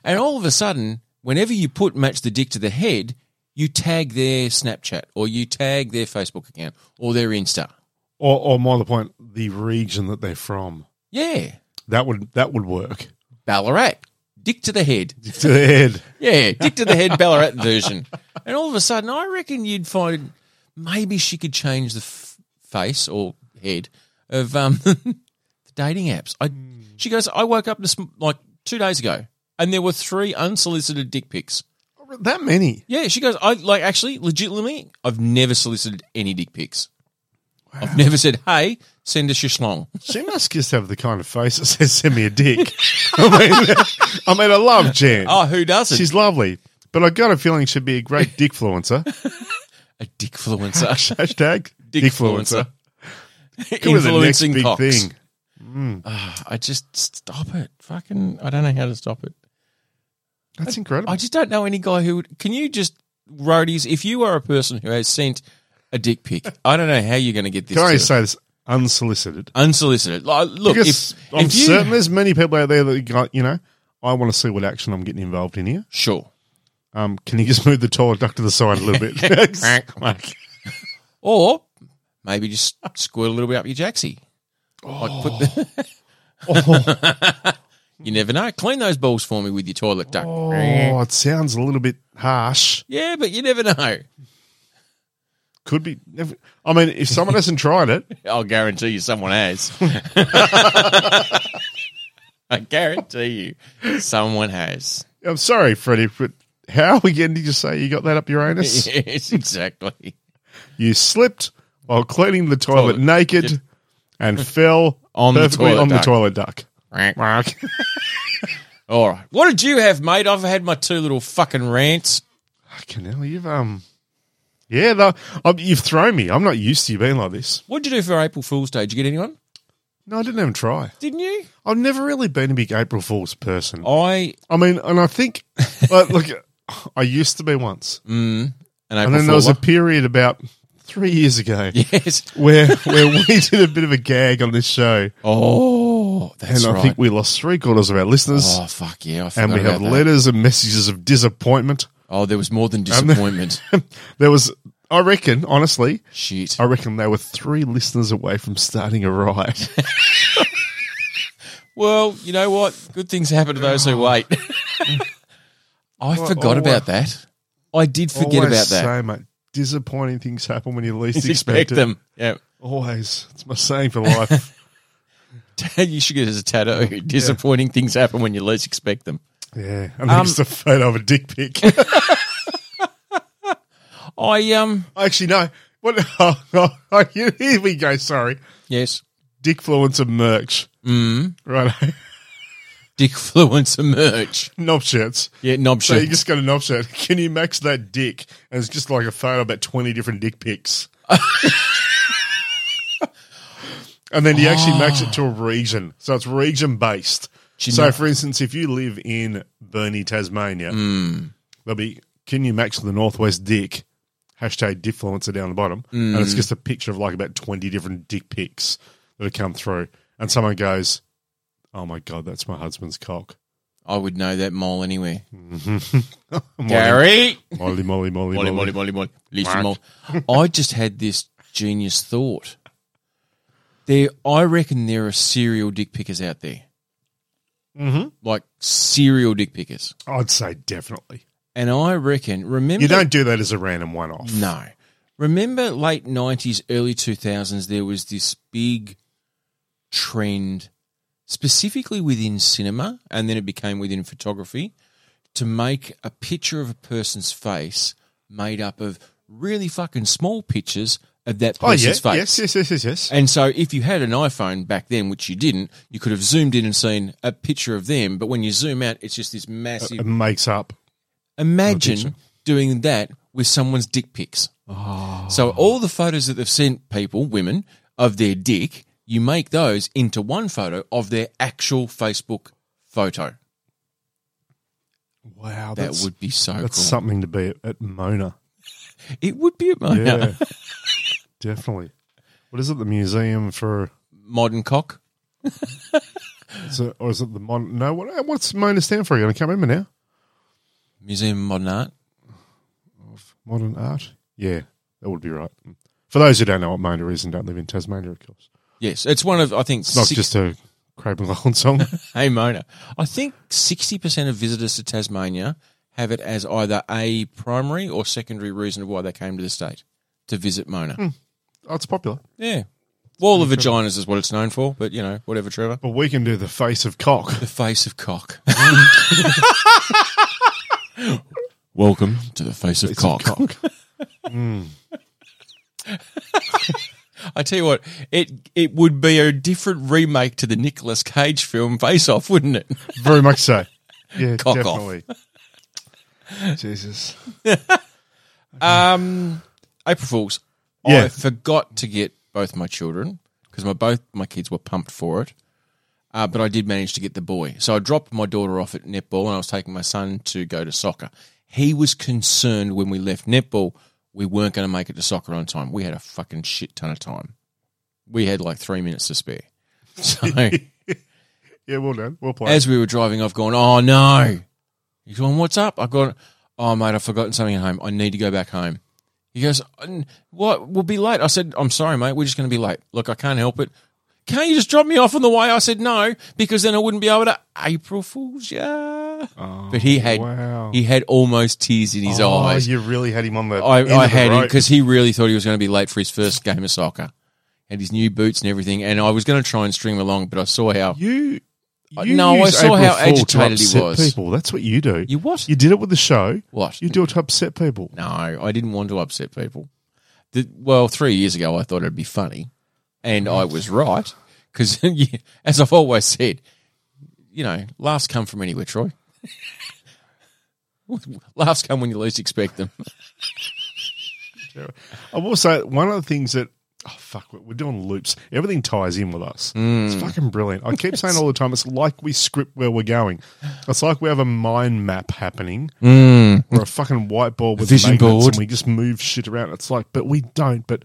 [SPEAKER 1] and all of a sudden, whenever you put match the dick to the head, you tag their Snapchat or you tag their Facebook account or their Insta.
[SPEAKER 2] Or or more to the point, the region that they're from.
[SPEAKER 1] Yeah.
[SPEAKER 2] That would that would work.
[SPEAKER 1] Ballarat. Dick to the head.
[SPEAKER 2] To the head.
[SPEAKER 1] Yeah, dick to the head Ballarat version. And all of a sudden, I reckon you'd find maybe she could change the f- face or head of um, the dating apps. I,
[SPEAKER 2] Hmm.
[SPEAKER 1] she goes, I woke up this m- like two days ago and there were three unsolicited dick pics.
[SPEAKER 2] That many.
[SPEAKER 1] Yeah, she goes, I like actually, legitimately, I've never solicited any dick pics. I've never said, hey, send us your schlong.
[SPEAKER 2] She must just have the kind of face that says send me a dick. I mean I mean I love Jan.
[SPEAKER 1] Oh, who doesn't?
[SPEAKER 2] She's lovely. But I got a feeling she'd be a great dickfluencer.
[SPEAKER 1] a dickfluencer.
[SPEAKER 2] Hashtag
[SPEAKER 1] dickfluencer.
[SPEAKER 2] Could be the next
[SPEAKER 1] Influencing
[SPEAKER 2] big
[SPEAKER 1] cocks.
[SPEAKER 2] thing.
[SPEAKER 1] I just stop it. Fucking, I don't know how to stop it.
[SPEAKER 2] That's incredible.
[SPEAKER 1] I just don't know any guy who would. Can you just, roadies, if you are a person who has sent a dick pic, I don't know how you're going to get this
[SPEAKER 2] Can I
[SPEAKER 1] to-
[SPEAKER 2] just say this unsolicited?
[SPEAKER 1] unsolicited. Like, look,
[SPEAKER 2] Because
[SPEAKER 1] if,
[SPEAKER 2] I'm
[SPEAKER 1] if you
[SPEAKER 2] certain there's many people out there that got, you know, I want to see what action I'm getting involved in here.
[SPEAKER 1] sure,
[SPEAKER 2] Um, can you just move the toilet duck to the side a little bit?
[SPEAKER 1] or maybe just squirt a little bit up your jacksie. Like put
[SPEAKER 2] Oh,
[SPEAKER 1] you never know. Clean those balls for me with your toilet duck.
[SPEAKER 2] oh, it sounds a little bit harsh.
[SPEAKER 1] Yeah, but you never know.
[SPEAKER 2] Could be. never- I mean, if someone hasn't tried it,
[SPEAKER 1] I'll guarantee you someone has. I guarantee you someone has.
[SPEAKER 2] I'm sorry, Freddie, but how again did you say you got that up your anus?
[SPEAKER 1] Yes, exactly.
[SPEAKER 2] You slipped while cleaning the toilet,
[SPEAKER 1] Toilet.
[SPEAKER 2] naked and fell
[SPEAKER 1] On the
[SPEAKER 2] perfectly
[SPEAKER 1] toilet
[SPEAKER 2] on
[SPEAKER 1] duck.
[SPEAKER 2] the toilet duck. Mark.
[SPEAKER 1] All right. What did you have, mate? I've had my two little fucking rants.
[SPEAKER 2] Fucking hell, you've um, yeah, the, um, you've thrown me. I'm not used to you being like this.
[SPEAKER 1] What did you do for April Fool's Day? Did you get anyone?
[SPEAKER 2] No, I didn't even try.
[SPEAKER 1] Didn't you?
[SPEAKER 2] I've never really been a big April Fool's person.
[SPEAKER 1] I
[SPEAKER 2] I mean, and I think, but look, I used to be once,
[SPEAKER 1] mm, an April
[SPEAKER 2] and then there was a
[SPEAKER 1] Fooler.
[SPEAKER 2] period about three years ago
[SPEAKER 1] yes.
[SPEAKER 2] where where we did a bit of a gag on this show,
[SPEAKER 1] Oh,
[SPEAKER 2] and
[SPEAKER 1] that's
[SPEAKER 2] I
[SPEAKER 1] right.
[SPEAKER 2] think we lost three quarters of our listeners,
[SPEAKER 1] oh fuck yeah! I forgot
[SPEAKER 2] and we have
[SPEAKER 1] about that.
[SPEAKER 2] letters and messages of disappointment.
[SPEAKER 1] Oh, there was more than disappointment.
[SPEAKER 2] There was, I reckon, honestly,
[SPEAKER 1] Shit.
[SPEAKER 2] I reckon they were three listeners away from starting a riot.
[SPEAKER 1] Well, you know what? Good things happen to those who wait. I forgot
[SPEAKER 2] always-
[SPEAKER 1] about that. I did forget
[SPEAKER 2] Always
[SPEAKER 1] about that.
[SPEAKER 2] So much disappointing things happen when you least
[SPEAKER 1] Didn't
[SPEAKER 2] expect,
[SPEAKER 1] expect
[SPEAKER 2] it.
[SPEAKER 1] them. Yeah.
[SPEAKER 2] Always, it's my saying for life.
[SPEAKER 1] you should get it as a tattoo. Disappointing things happen when you least expect them.
[SPEAKER 2] yeah, and
[SPEAKER 1] Um,
[SPEAKER 2] then it's the photo of a dick pic.
[SPEAKER 1] I um
[SPEAKER 2] Actually, no. What? here we go. Sorry,
[SPEAKER 1] yes.
[SPEAKER 2] Dickfluencer merch.
[SPEAKER 1] Mm.
[SPEAKER 2] Right,
[SPEAKER 1] Dickfluencer merch.
[SPEAKER 2] knob shirts.
[SPEAKER 1] Yeah, knob
[SPEAKER 2] So you
[SPEAKER 1] shirts.
[SPEAKER 2] just got a knob shirt. Can you max that dick? And it's just like a photo of about twenty different dick pics. and then you actually max
[SPEAKER 1] Ah.
[SPEAKER 2] it to a region, so it's region based.
[SPEAKER 1] Do you
[SPEAKER 2] so,
[SPEAKER 1] know-
[SPEAKER 2] for instance, if you live in Burnie, Tasmania,
[SPEAKER 1] Mm. Hmm.
[SPEAKER 2] there'll be can you max the northwest dick? Hashtag diffluencer down the bottom, and
[SPEAKER 1] Mm.
[SPEAKER 2] it's just a picture of like about twenty different dick pics that have come through, and someone goes, "Oh my god, that's my husband's cock."
[SPEAKER 1] I would know that mole anywhere.
[SPEAKER 2] Molly,
[SPEAKER 1] Gary.
[SPEAKER 2] Molly, Molly, Molly,
[SPEAKER 1] Molly,
[SPEAKER 2] Molly.
[SPEAKER 1] molly, molly, molly. Listen, mole. I just had this genius thought. There, I reckon there are serial dick pickers out there. Mm-hmm. Like serial dick pickers.
[SPEAKER 2] I'd say definitely.
[SPEAKER 1] And I reckon, remember.
[SPEAKER 2] You don't do that as a random one off.
[SPEAKER 1] No. Remember late 90s, early 2000s, there was this big trend, specifically within cinema, and then it became within photography, to make a picture of a person's face made up of really fucking small pictures of that
[SPEAKER 2] Oh, yeah.
[SPEAKER 1] person's face.
[SPEAKER 2] Yes, yes, yes, yes, yes.
[SPEAKER 1] And so if you had an iPhone back then, which you didn't, you could have zoomed in and seen a picture of them. But when you zoom out, it's just this massive.
[SPEAKER 2] It makes up.
[SPEAKER 1] Imagine doing that with someone's dick pics.
[SPEAKER 2] Oh.
[SPEAKER 1] So all the photos that they've sent people, women, of their dick, you make those into one photo of their actual Facebook photo.
[SPEAKER 2] Wow.
[SPEAKER 1] That
[SPEAKER 2] That's,
[SPEAKER 1] would be so cool.
[SPEAKER 2] that's something to be at, at Mona.
[SPEAKER 1] it would be a mo-
[SPEAKER 2] Yeah. definitely. What is it? The museum for.
[SPEAKER 1] modern cock.
[SPEAKER 2] Is it, or is it the Mon. No, what, what's Mona stand for again? I can't remember now.
[SPEAKER 1] Museum of Modern Art.
[SPEAKER 2] Modern art? Yeah, that would be right. For those who don't know what Mona is and don't live in Tasmania, of course.
[SPEAKER 1] Yes, it's one of I think
[SPEAKER 2] It's not
[SPEAKER 1] six-
[SPEAKER 2] just a Craig McLaughlin song.
[SPEAKER 1] Hey Mona. I think sixty percent of visitors to Tasmania have it as either a primary or secondary reason of why they came to the state to visit Mona.
[SPEAKER 2] oh, it's popular.
[SPEAKER 1] Yeah. Wall of vaginas is what it's known for, but you know, whatever, Trevor.
[SPEAKER 2] But we can do the face of cock.
[SPEAKER 1] The face of cock. Welcome to the face of cock. I tell you what, it it would be a different remake to the Nicolas Cage film Face Off, wouldn't it?
[SPEAKER 2] Very much so. Yeah,
[SPEAKER 1] Cock off.
[SPEAKER 2] definitely. Jesus.
[SPEAKER 1] Um, April Fools. I
[SPEAKER 2] Yeah.
[SPEAKER 1] forgot to get both my children because my both my kids were pumped for it. Uh, but I did manage to get the boy. So I dropped my daughter off at netball and I was taking my son to go to soccer. He was concerned when we left netball we weren't going to make it to soccer on time. We had a fucking shit ton of time. We had like three minutes to spare. So
[SPEAKER 2] Yeah, well done. Well played.
[SPEAKER 1] as we were driving, I've gone, oh no. He's going, what's up? I've gone, oh mate, I've forgotten something at home. I need to go back home. He goes, "N- "What? We'll be late." I said, "I'm sorry, mate. We're just going to be late. Look, I can't help it. Can't you just drop me off on the way?" I said, "No, because then I wouldn't be able to April Fools ya." but he had
[SPEAKER 2] Oh, wow.
[SPEAKER 1] he had almost tears in his
[SPEAKER 2] Oh,
[SPEAKER 1] eyes.
[SPEAKER 2] you really had him on the. end
[SPEAKER 1] I, I
[SPEAKER 2] of the
[SPEAKER 1] had him
[SPEAKER 2] rope.
[SPEAKER 1] because he really thought he was going to be late for his first game of soccer. Had his new boots and everything, and I was going to try and string him along, but I saw how
[SPEAKER 2] you.
[SPEAKER 1] Uh,
[SPEAKER 2] you
[SPEAKER 1] no, I
[SPEAKER 2] use
[SPEAKER 1] saw how
[SPEAKER 2] April Fool to
[SPEAKER 1] agitated he
[SPEAKER 2] upset
[SPEAKER 1] was.
[SPEAKER 2] People, that's what you do.
[SPEAKER 1] you what
[SPEAKER 2] You did it with the show.
[SPEAKER 1] what
[SPEAKER 2] You do it to upset people.
[SPEAKER 1] No, I didn't want to upset people. The, well, three years ago, I thought it'd be funny, and I was right because, as I've always said, you know, laughs come from anywhere, Troy. laughs come when you least expect them.
[SPEAKER 2] I will say one of the things that oh fuck, we're doing loops. Everything ties in with us.
[SPEAKER 1] Mm.
[SPEAKER 2] It's fucking brilliant. I keep saying all the time, it's like we script where we're going. It's like we have a mind map happening or a fucking whiteboard with
[SPEAKER 1] Mm. Vision
[SPEAKER 2] magnets
[SPEAKER 1] board.
[SPEAKER 2] and we just move shit around. It's like, but we don't. But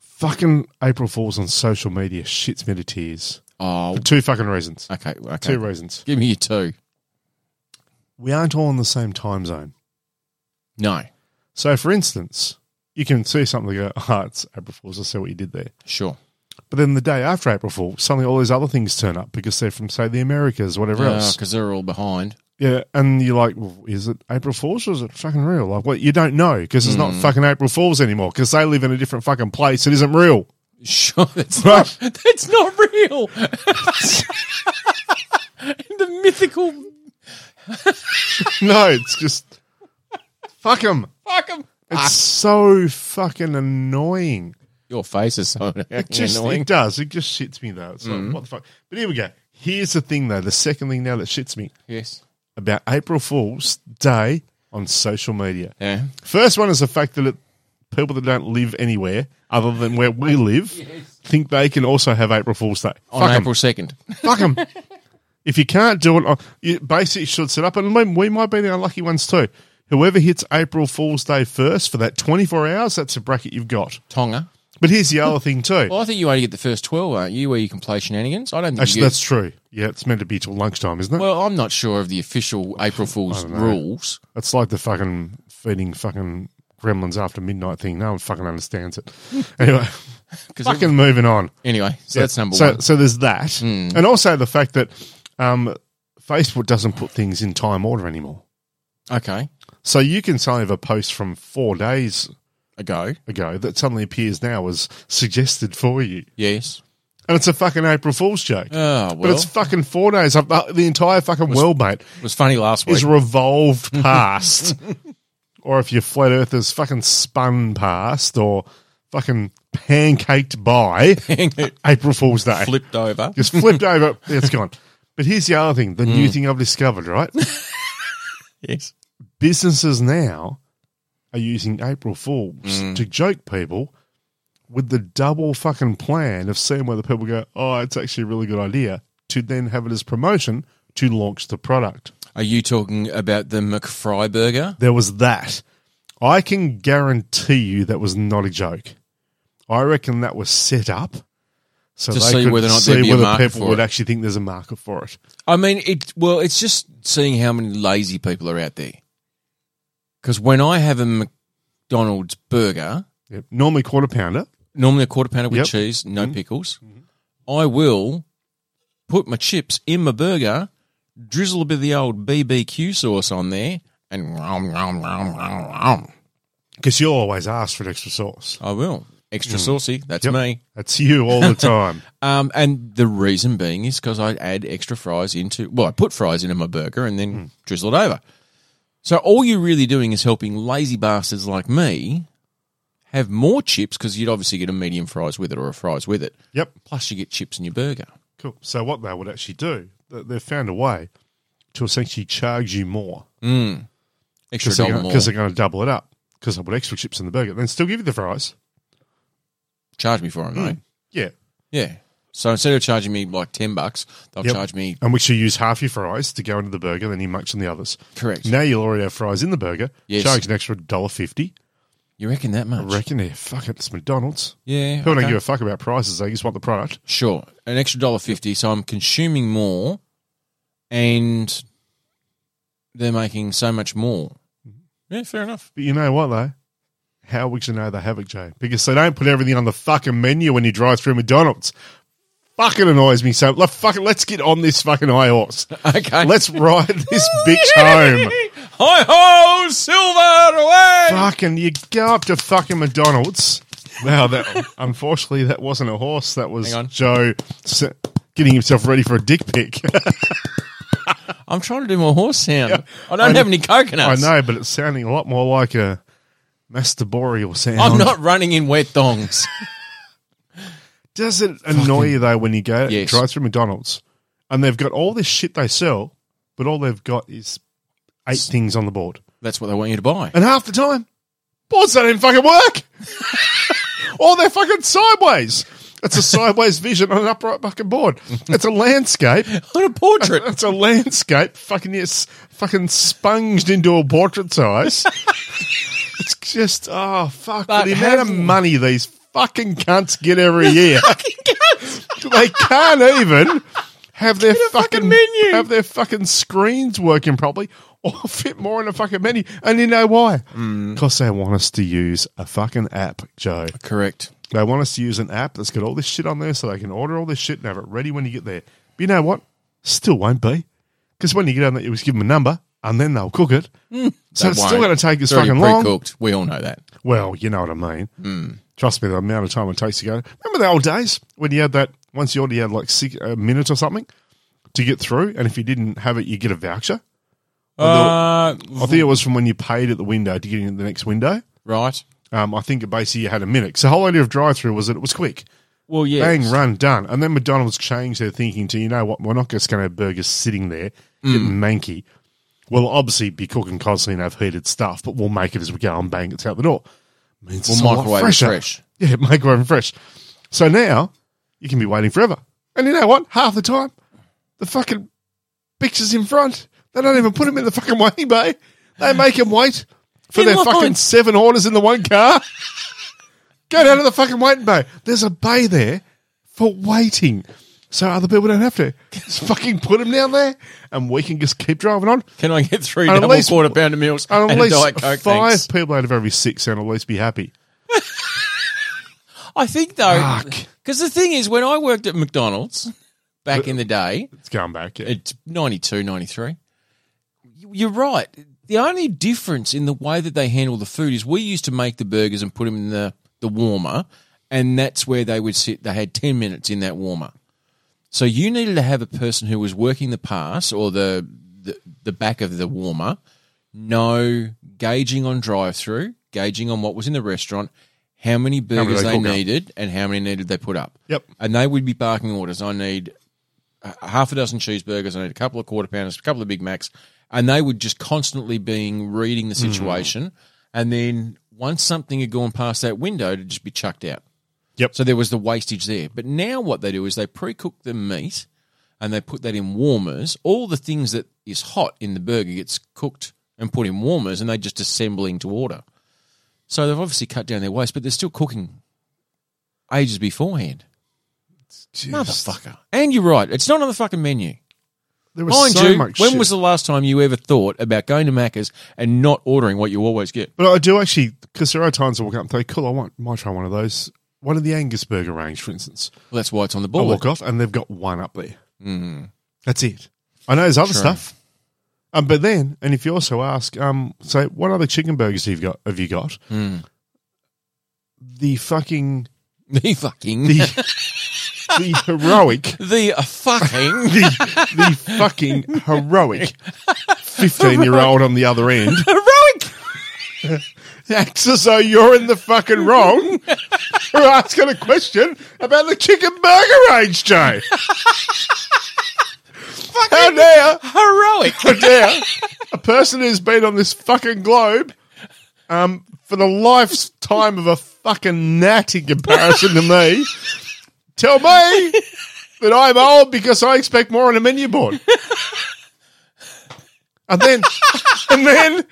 [SPEAKER 2] fucking April Fools on social media shits me to tears
[SPEAKER 1] Oh,
[SPEAKER 2] for two fucking reasons.
[SPEAKER 1] okay, okay.
[SPEAKER 2] Two reasons.
[SPEAKER 1] Give me your two.
[SPEAKER 2] We aren't all in the same time zone.
[SPEAKER 1] No,
[SPEAKER 2] So, for instance, you can see something and go, oh, it's April Fools. I see what you did there.
[SPEAKER 1] sure.
[SPEAKER 2] But then the day after April Fool, suddenly all these other things turn up because they're from, say, the Americas, whatever else.
[SPEAKER 1] Because Uh, they're all behind.
[SPEAKER 2] Yeah, and you're like, well, is it April Fool's or is it fucking real? Like, what? You don't know because it's not fucking April Fool's anymore because they live in a different fucking place. It isn't real.
[SPEAKER 1] Sure, that's not, that's not real. the mythical
[SPEAKER 2] no, it's just fuck them.
[SPEAKER 1] fuck 'em.
[SPEAKER 2] It's so fucking annoying.
[SPEAKER 1] Your face is so
[SPEAKER 2] Just,
[SPEAKER 1] annoying.
[SPEAKER 2] It does. It just shits me though. It's like, what the fuck? But here we go. Here's the thing though. The second thing now that shits me
[SPEAKER 1] Yes.
[SPEAKER 2] about April Fool's Day on social media.
[SPEAKER 1] Yeah.
[SPEAKER 2] First one is the fact that it, people that don't live anywhere other than where we live think they can also have April Fool's Day.
[SPEAKER 1] On
[SPEAKER 2] Fuck 'em.
[SPEAKER 1] April second.
[SPEAKER 2] Fuck 'em. if you can't do it, uh, you basically should set up, and we- we might be the unlucky ones too. Whoever hits April Fool's Day first for that 24 hours, that's a bracket you've got.
[SPEAKER 1] Tonga.
[SPEAKER 2] But here's the other thing too.
[SPEAKER 1] Well, I think you only get the first twelve, aren't you? Where you can play shenanigans. I don't think.
[SPEAKER 2] Actually,
[SPEAKER 1] you
[SPEAKER 2] that's true. Yeah, it's meant to be till lunchtime, isn't it?
[SPEAKER 1] well, I'm not sure of the official April Fool's rules.
[SPEAKER 2] It's like the fucking feeding fucking gremlins after midnight thing. No one fucking understands it. Anyway,
[SPEAKER 1] 'Cause
[SPEAKER 2] fucking moving on.
[SPEAKER 1] Anyway, so that's number
[SPEAKER 2] so,
[SPEAKER 1] one. Hmm.
[SPEAKER 2] So there's that, and also the fact that um, Facebook doesn't put things in time order anymore.
[SPEAKER 1] Okay,
[SPEAKER 2] So you can suddenly have a post from four days
[SPEAKER 1] a go.
[SPEAKER 2] ago that suddenly appears now as suggested for you,
[SPEAKER 1] Yes.
[SPEAKER 2] and it's a fucking April Fool's joke.
[SPEAKER 1] Oh well,
[SPEAKER 2] but it's fucking four days. up- uh, The entire fucking world, mate,
[SPEAKER 1] it was funny last week.
[SPEAKER 2] is revolved past, or if your flat earthers fucking spun past, or fucking pancaked by April Fool's Day.
[SPEAKER 1] Flipped over.
[SPEAKER 2] Just flipped over. It's gone. But here's the other thing the
[SPEAKER 1] Mm.
[SPEAKER 2] new thing I've discovered, right?
[SPEAKER 1] Yes.
[SPEAKER 2] Businesses now are using April Fools
[SPEAKER 1] Mm.
[SPEAKER 2] to joke people with the double fucking plan of seeing whether people go, oh, it's actually a really good idea, to then have it as promotion to launch the product.
[SPEAKER 1] Are you talking about the McFry burger?
[SPEAKER 2] There was that. I can guarantee you that was not a joke. I reckon that was set up. So
[SPEAKER 1] To
[SPEAKER 2] they
[SPEAKER 1] see
[SPEAKER 2] could
[SPEAKER 1] whether or not there'd
[SPEAKER 2] see
[SPEAKER 1] be a
[SPEAKER 2] whether
[SPEAKER 1] market
[SPEAKER 2] people
[SPEAKER 1] for
[SPEAKER 2] would
[SPEAKER 1] it.
[SPEAKER 2] actually think there's a market for it.
[SPEAKER 1] I mean, it. Well, it's just seeing how many lazy people are out there. Because when I have a McDonald's burger,
[SPEAKER 2] Yep. Normally quarter pounder.
[SPEAKER 1] normally a quarter pounder with
[SPEAKER 2] Yep. Mm-hmm.
[SPEAKER 1] cheese, no pickles. I will put my chips in my burger, drizzle a bit of the old BBQ sauce on there, and rom, rom, rom, rom, rom.
[SPEAKER 2] Because you'll always ask for an extra sauce.
[SPEAKER 1] I will. Extra saucy, that's
[SPEAKER 2] Mm. Yep.
[SPEAKER 1] me.
[SPEAKER 2] That's you all the time.
[SPEAKER 1] Um, and the reason being is because I add extra fries into, well, I put fries into my burger and then
[SPEAKER 2] Mm.
[SPEAKER 1] drizzle it over. So all you're really doing is helping lazy bastards like me have more chips because you'd obviously get a medium fries with it or a fries with it.
[SPEAKER 2] yep.
[SPEAKER 1] Plus, you get chips in your burger.
[SPEAKER 2] Cool. So what they would actually do, th- they've found a way to essentially charge you more
[SPEAKER 1] extra
[SPEAKER 2] because they're,
[SPEAKER 1] dollar
[SPEAKER 2] gonna-
[SPEAKER 1] more.
[SPEAKER 2] 'cause they're going to double it up because I put extra chips in the burger, then still give you the fries.
[SPEAKER 1] charge me for them,
[SPEAKER 2] Mm.
[SPEAKER 1] mate.
[SPEAKER 2] Yeah.
[SPEAKER 1] Yeah. So instead of charging me like ten bucks, they'll
[SPEAKER 2] Yep.
[SPEAKER 1] charge me
[SPEAKER 2] And which you use half your fries to go into the burger, then you munch on the others.
[SPEAKER 1] correct.
[SPEAKER 2] Now you'll already have fries in the burger.
[SPEAKER 1] Yes.
[SPEAKER 2] Charge an extra dollar fifty.
[SPEAKER 1] You reckon that
[SPEAKER 2] I
[SPEAKER 1] much?
[SPEAKER 2] reckon yeah, fuck it, it's McDonald's.
[SPEAKER 1] yeah.
[SPEAKER 2] People
[SPEAKER 1] okay.
[SPEAKER 2] don't give a fuck about prices, they just want the product.
[SPEAKER 1] Sure, an extra dollar fifty. So I'm consuming more, and
[SPEAKER 2] Mm-hmm.
[SPEAKER 1] they're making so much more. Yeah, fair enough.
[SPEAKER 2] But you know what though? How would you know they have it, Jay? Because they don't put everything on the fucking menu when you drive through McDonald's. Fucking annoys me so. Like, fucking, let's get on this fucking high horse.
[SPEAKER 1] Okay.
[SPEAKER 2] Let's ride this bitch home.
[SPEAKER 1] Hi ho, silver away!
[SPEAKER 2] Fucking, you go up to fucking McDonald's. Wow, that unfortunately that wasn't a horse. That was
[SPEAKER 1] Hang on.
[SPEAKER 2] Joe s- getting himself ready for a dick pic.
[SPEAKER 1] I'm trying to do my horse sound.
[SPEAKER 2] Yeah.
[SPEAKER 1] I don't
[SPEAKER 2] I
[SPEAKER 1] have
[SPEAKER 2] kn-
[SPEAKER 1] any
[SPEAKER 2] I
[SPEAKER 1] coconuts.
[SPEAKER 2] know, but it's sounding a lot more like a masturbatorial sound.
[SPEAKER 1] I'm not running in wet thongs.
[SPEAKER 2] Does it annoy you though when you go
[SPEAKER 1] Yes.
[SPEAKER 2] drive through McDonald's and they've got all this shit they sell, but all they've got is eight things on the board,
[SPEAKER 1] That's what they want you to buy.
[SPEAKER 2] and half the time boards don't even fucking work, or they're fucking sideways. It's a sideways vision on an upright fucking board. It's a landscape.
[SPEAKER 1] On a portrait.
[SPEAKER 2] It's a landscape. Fucking yes, fucking sponged into a portrait size. it's just oh fuck
[SPEAKER 1] But
[SPEAKER 2] the amount of
[SPEAKER 1] have-
[SPEAKER 2] money these fucking cunts get every year. they can't even have their fucking,
[SPEAKER 1] menu.
[SPEAKER 2] have their fucking screens working properly or fit more in a fucking menu. And you know why?
[SPEAKER 1] Hmm.
[SPEAKER 2] Because they want us to use a fucking app, Joe.
[SPEAKER 1] Correct.
[SPEAKER 2] They want us to use an app that's got all this shit on there so they can order all this shit and have it ready when you get there. But you know what? Still won't be. Because when you get on there, you just give them a number and then they'll cook it. so
[SPEAKER 1] They
[SPEAKER 2] it's
[SPEAKER 1] won't.
[SPEAKER 2] still going to take us
[SPEAKER 1] It's already
[SPEAKER 2] fucking long.
[SPEAKER 1] pre-cooked. Hmm. We all know that.
[SPEAKER 2] Well, you know what I mean. Trust me, the amount of time it takes to go. Remember the old days when you had that, once you already had like six, a minute or something to get through? And if you didn't have it, you get a voucher.
[SPEAKER 1] Uh,
[SPEAKER 2] I think it was from when you paid at the window to get in at the next window.
[SPEAKER 1] right.
[SPEAKER 2] Um, I think basically you had a minute. So the whole idea of drive through was that it was quick.
[SPEAKER 1] Well, yeah.
[SPEAKER 2] Bang, run, done. And then McDonald's changed their thinking to, you know what, we're not just going to have burgers sitting there getting manky. We'll obviously be cooking constantly and have heated stuff, but we'll make it as we go and bang, it's out the door. Means it's a
[SPEAKER 1] We'll
[SPEAKER 2] lot
[SPEAKER 1] microwave it
[SPEAKER 2] fresher.
[SPEAKER 1] fresh.
[SPEAKER 2] Yeah, microwave it fresh. So now you can be waiting forever. And you know what? Half the time, the fucking pictures in front. They don't even put them in the fucking waiting bay. They make them wait for
[SPEAKER 1] In
[SPEAKER 2] their
[SPEAKER 1] line.
[SPEAKER 2] fucking seven orders in the one car. Go down to the fucking waiting bay. There's a bay there for waiting. So other people don't have to. Just fucking put them down there and we can just keep driving on.
[SPEAKER 1] Can I get three
[SPEAKER 2] And at
[SPEAKER 1] double
[SPEAKER 2] least-
[SPEAKER 1] quarter pounder meals and,
[SPEAKER 2] And at
[SPEAKER 1] a Diet
[SPEAKER 2] least
[SPEAKER 1] Coke?
[SPEAKER 2] five
[SPEAKER 1] Thanks.
[SPEAKER 2] people out of every six and at least be happy.
[SPEAKER 1] I think though,
[SPEAKER 2] Fuck.
[SPEAKER 1] because the thing is, when I worked at McDonald's back in the day,
[SPEAKER 2] It's going back. Yeah.
[SPEAKER 1] it's 92, 93, you're right. The only difference in the way that they handle the food is we used to make the burgers and put them in the, the warmer, and that's where they would sit. They had 10 minutes in that warmer. So you needed to have a person who was working the pass or the the, the back of the warmer, know gauging on drive through, gauging on what was in the restaurant, how many
[SPEAKER 2] many
[SPEAKER 1] burgers
[SPEAKER 2] they
[SPEAKER 1] they
[SPEAKER 2] cook up.
[SPEAKER 1] needed, and how many needed they put up.
[SPEAKER 2] Yep.
[SPEAKER 1] And they would be barking orders. I need a half a dozen cheeseburgers. I need a couple of quarter pounders, a couple of Big Macs, and they would just constantly being reading the
[SPEAKER 2] Mm-hmm.
[SPEAKER 1] situation, and then once something had gone past that window, it'd just be chucked out.
[SPEAKER 2] Yep.
[SPEAKER 1] So there was the wastage there. But now what they do is they pre-cook the meat, and they put that in warmers. All the things that is hot in the burger gets cooked and put in warmers, and they just assembling to order. So they've obviously cut down their waste, but they're still cooking ages beforehand.
[SPEAKER 2] Just-
[SPEAKER 1] Motherfucker. And you're right. It's not on the fucking menu.
[SPEAKER 2] There was
[SPEAKER 1] Mind
[SPEAKER 2] so
[SPEAKER 1] you,
[SPEAKER 2] much
[SPEAKER 1] when
[SPEAKER 2] shit.
[SPEAKER 1] was the last time you ever thought about going to Macca's and not ordering what you always get?
[SPEAKER 2] But I do actually, because there are times I walk up and say, cool, I want, might try one of those. One of the Angus burger range, for instance.
[SPEAKER 1] Well, that's why it's on the
[SPEAKER 2] I
[SPEAKER 1] board.
[SPEAKER 2] walk off and they've got one up there. Mm. That's it. I know there's other stuff. Um, but then, and if you also ask, um, so what other chicken burgers have you got? Have you got? The fucking,
[SPEAKER 1] The fucking.
[SPEAKER 2] the,
[SPEAKER 1] The,
[SPEAKER 2] the heroic,
[SPEAKER 1] uh, fucking.
[SPEAKER 2] the, the fucking heroic 15 year old on the other end
[SPEAKER 1] heroic!
[SPEAKER 2] acts as though you're in the fucking wrong for asking a question about the chicken burger range, Jay. How dare,
[SPEAKER 1] Heroic!
[SPEAKER 2] how dare a person who's been on this fucking globe um, for the lifetime of a fucking gnat in comparison to me tell me that I'm old because I expect more on a menu board. And then, and then,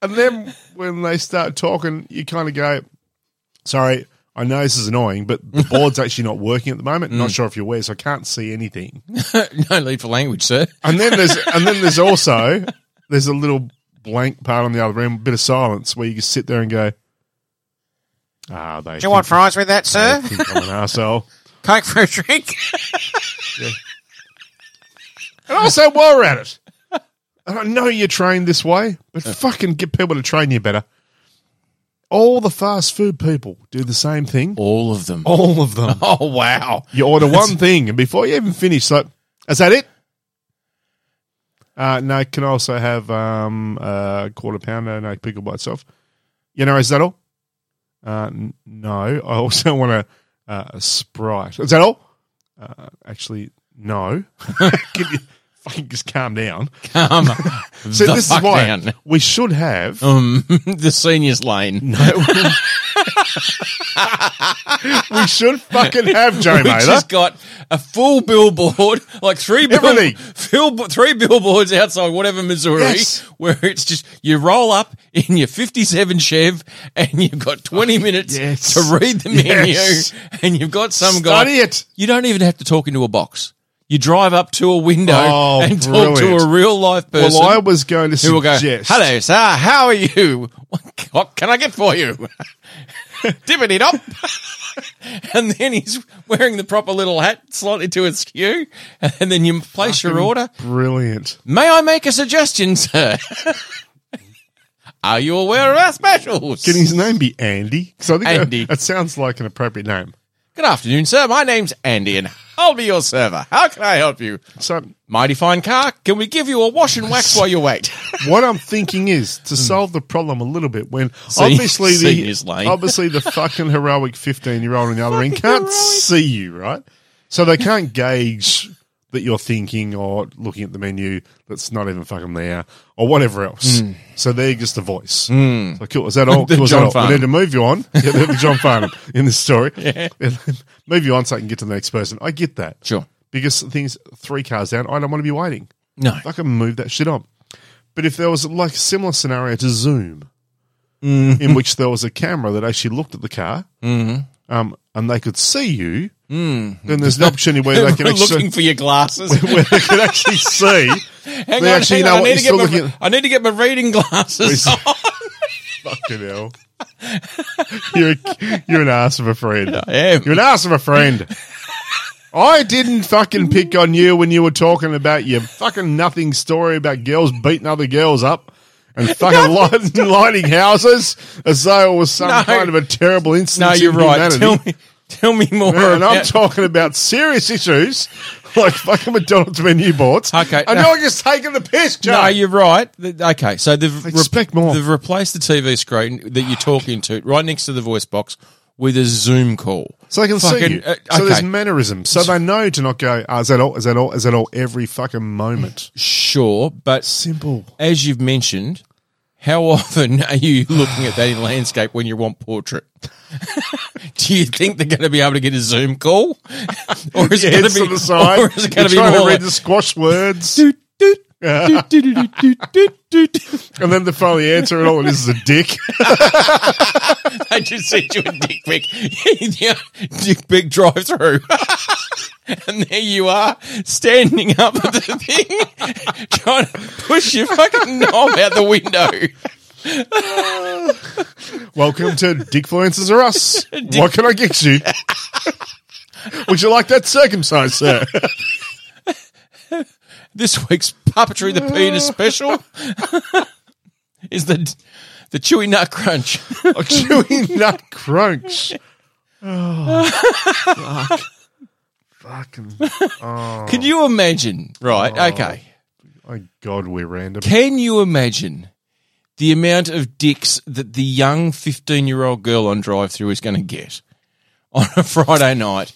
[SPEAKER 2] and then when they start talking, you kind of go, sorry, I know this is annoying, but the board's actually not working at the moment. Not sure if you're aware, so I can't see anything.
[SPEAKER 1] no need for language, sir.
[SPEAKER 2] And then there's, and then there's also, there's a little blank part on the other end, bit of silence where you just sit there and go, Ah, they.
[SPEAKER 3] Do you want fries with that, sir?
[SPEAKER 2] think I'm an asshole.
[SPEAKER 3] Coke for a drink?
[SPEAKER 2] And I'll say while we're at it. And I know you're trained this way, but fucking get people to train you better. All the fast food people do the same thing.
[SPEAKER 1] All of them.
[SPEAKER 2] All of them.
[SPEAKER 1] Oh, wow.
[SPEAKER 2] You order one thing, and before you even finish, so is that it? Uh, no, can I also have um, a quarter pounder and a pickle by itself? You know, is that all? Uh, n- no, I also want a, uh, a sprite. Is that all? Uh, actually, no. can you fucking just calm down?
[SPEAKER 1] Um,
[SPEAKER 2] So
[SPEAKER 1] the
[SPEAKER 2] this is
[SPEAKER 1] fuck
[SPEAKER 2] why
[SPEAKER 1] down.
[SPEAKER 2] we should have.
[SPEAKER 1] Um, the seniors lane.
[SPEAKER 2] we should fucking have Joe
[SPEAKER 1] Which
[SPEAKER 2] Mather.
[SPEAKER 1] has got a full billboard, like three bill-
[SPEAKER 2] Everything.
[SPEAKER 1] fill- three billboards outside whatever Missouri,
[SPEAKER 2] Yes.
[SPEAKER 1] where it's just you roll up in your '57 Chev, and you've got 20 minutes
[SPEAKER 2] yes.
[SPEAKER 1] to read the
[SPEAKER 2] Yes.
[SPEAKER 1] menu, and you've got some
[SPEAKER 2] Study
[SPEAKER 1] guy.
[SPEAKER 2] it.
[SPEAKER 1] You don't even have to talk into a box. You drive up to a window
[SPEAKER 2] Oh,
[SPEAKER 1] and talk
[SPEAKER 2] brilliant.
[SPEAKER 1] to a real life person
[SPEAKER 2] Well, I was going to
[SPEAKER 1] who will go,
[SPEAKER 2] suggest.
[SPEAKER 1] "Hello, sir. How are you? What, what can I get for you?" Dippity dop. and then he's wearing the proper little hat slightly to his skew, and then you place your order.
[SPEAKER 2] Brilliant.
[SPEAKER 1] May I make a suggestion, sir? are you aware of our specials?
[SPEAKER 2] Can his name be Andy? Because I think
[SPEAKER 1] Andy.
[SPEAKER 2] That, that sounds like an appropriate name.
[SPEAKER 1] Good afternoon, sir. My name's Andy, and I'll be your server. How can I help you?
[SPEAKER 2] So
[SPEAKER 1] Mighty fine car. Can we give you a wash and wax while you wait?
[SPEAKER 2] what I'm thinking is to solve the problem a little bit. When
[SPEAKER 1] Hmm. See-
[SPEAKER 2] obviously
[SPEAKER 1] see
[SPEAKER 2] the
[SPEAKER 1] his lane.
[SPEAKER 2] obviously the fucking heroic 15 year old on the other end can't
[SPEAKER 1] heroic.
[SPEAKER 2] see you, right? So they can't gauge that you're thinking or looking at the menu that's not even fucking there or whatever else. So they're just a voice. So cool. Is that
[SPEAKER 1] Hmm.
[SPEAKER 2] all?
[SPEAKER 1] The
[SPEAKER 2] Cool, is that
[SPEAKER 1] John
[SPEAKER 2] all?
[SPEAKER 1] Farnham.
[SPEAKER 2] We need to move you on. Yeah, the John Farnham in this story. move you on so I can get to the next person. I get that.
[SPEAKER 1] Sure.
[SPEAKER 2] Because things three cars down, I don't want to be waiting.
[SPEAKER 1] No.
[SPEAKER 2] I can move that shit on. But if there was like a similar scenario to Zoom,
[SPEAKER 1] Mm.
[SPEAKER 2] in which there was a camera that actually looked at the car, um, and they could see you, then there's an opportunity where they can
[SPEAKER 1] Mm. We're looking
[SPEAKER 2] actually,
[SPEAKER 1] for your glasses.
[SPEAKER 2] where they can actually see.
[SPEAKER 1] Hang
[SPEAKER 2] They
[SPEAKER 1] on,
[SPEAKER 2] actually
[SPEAKER 1] hang
[SPEAKER 2] know
[SPEAKER 1] on.
[SPEAKER 2] what
[SPEAKER 1] I, need to
[SPEAKER 2] you're
[SPEAKER 1] get
[SPEAKER 2] still
[SPEAKER 1] my,
[SPEAKER 2] looking
[SPEAKER 1] I need to get my reading glasses.
[SPEAKER 2] Please. Fucking hell. You're, a- you're an ass of a friend.
[SPEAKER 1] I am.
[SPEAKER 2] You're an ass of a friend. I didn't fucking pick on you when you were talking about your fucking nothing story about girls beating other girls up and fucking light, lighting houses as though it was some
[SPEAKER 1] No.
[SPEAKER 2] kind of a terrible incident.
[SPEAKER 1] no, you're
[SPEAKER 2] in
[SPEAKER 1] right.
[SPEAKER 2] humanity.
[SPEAKER 1] Tell me, tell me more.
[SPEAKER 2] And I'm
[SPEAKER 1] about-
[SPEAKER 2] talking about serious issues like fucking McDonald's menu boards.
[SPEAKER 1] Okay,
[SPEAKER 2] And
[SPEAKER 1] no.
[SPEAKER 2] you're just taking the piss, Joe.
[SPEAKER 1] no, you're right. The- Okay, so they've
[SPEAKER 2] Expect more.
[SPEAKER 1] They've replaced the TV screen that you're talking to right next to the voice box with a Zoom call.
[SPEAKER 2] So they can
[SPEAKER 1] Fucking-
[SPEAKER 2] see you.
[SPEAKER 1] uh,
[SPEAKER 2] So there's
[SPEAKER 1] okay.
[SPEAKER 2] mannerisms. So they know to not go, oh, is that all? Is that all? Is that all? Every fucking moment.
[SPEAKER 1] Sure, but
[SPEAKER 2] Simple.
[SPEAKER 1] as you've mentioned, how often are you looking at that in landscape when you want portrait? Do you think they're going to be able to get a Zoom call, or is it going
[SPEAKER 2] Heads
[SPEAKER 1] to
[SPEAKER 2] to
[SPEAKER 1] be
[SPEAKER 2] the side.
[SPEAKER 1] or is it going
[SPEAKER 2] You're
[SPEAKER 1] to be
[SPEAKER 2] trying
[SPEAKER 1] more
[SPEAKER 2] to read
[SPEAKER 1] like,
[SPEAKER 2] the squash words.
[SPEAKER 1] doot, doot, doot, doot, doot, doot, doot, doot, doot.
[SPEAKER 2] and then they finally answer it all. And this is a dick.
[SPEAKER 1] I just sent you a dick pic. yeah, dick pic drive through. and there you are, standing up at the thing, trying to push your fucking knob out the window.
[SPEAKER 2] Welcome to Dickfluencers Are Us. What can I get you? Would you like that circumcised, sir?
[SPEAKER 1] This week's Puppetry the Penis special is the the chewy nut crunch.
[SPEAKER 2] A chewy nut crunch. Oh, fuck. Fucking.
[SPEAKER 1] Can you imagine? Right, okay.
[SPEAKER 2] Oh, God, we're random.
[SPEAKER 1] Can you imagine the amount of dicks that the young 15 year old girl on drive through is going to get on a Friday night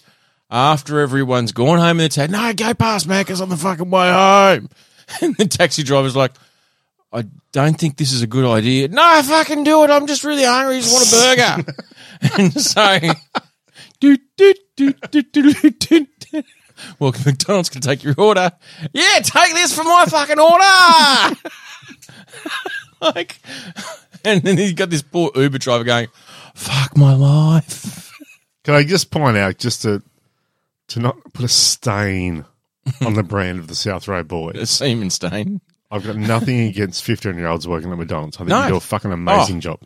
[SPEAKER 1] after everyone's gone home and it's said, no, go past Macca's on the fucking way home? And the taxi driver's like, I don't think this is a good idea. No, fucking do it. I'm just really hungry. I just want a burger. and so, doot, doot, doot, doot, doot, doot, doot. Welcome to McDonald's. Can I take your order? Yeah, take this for my fucking order. like, and then he's got this poor Uber driver going, "Fuck my life."
[SPEAKER 2] Can I just point out, just to to not put a stain on the brand of the South Road
[SPEAKER 1] A
[SPEAKER 2] Boy?
[SPEAKER 1] semen stain.
[SPEAKER 2] I've got nothing against fifteen year olds working at McDonald's. I think
[SPEAKER 1] No.
[SPEAKER 2] you do a fucking amazing job.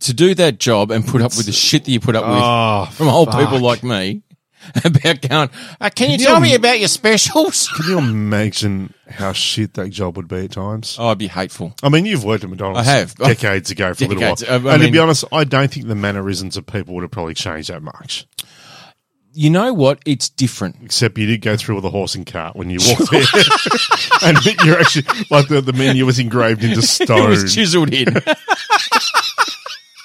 [SPEAKER 1] to do that job and put up with the shit that you put up with
[SPEAKER 2] Oh,
[SPEAKER 1] from old
[SPEAKER 2] fuck.
[SPEAKER 1] people like me about going, uh, can you
[SPEAKER 2] you
[SPEAKER 1] tell
[SPEAKER 2] im-
[SPEAKER 1] me about your specials?
[SPEAKER 2] Can you imagine how shit that job would be at times?
[SPEAKER 1] Oh, I'd be hateful.
[SPEAKER 2] I mean, you've worked at McDonald's
[SPEAKER 1] I have.
[SPEAKER 2] decades ago for
[SPEAKER 1] Decades.
[SPEAKER 2] a little
[SPEAKER 1] I-
[SPEAKER 2] while.
[SPEAKER 1] I
[SPEAKER 2] and to be
[SPEAKER 1] mean-
[SPEAKER 2] honest, I don't think the mannerisms of people would have probably changed that much.
[SPEAKER 1] You know what? It's different.
[SPEAKER 2] Except you did go through with a horse and cart when you walked there. and you're actually, like the, the menu was engraved into
[SPEAKER 1] It
[SPEAKER 2] stone.
[SPEAKER 1] was chiseled in.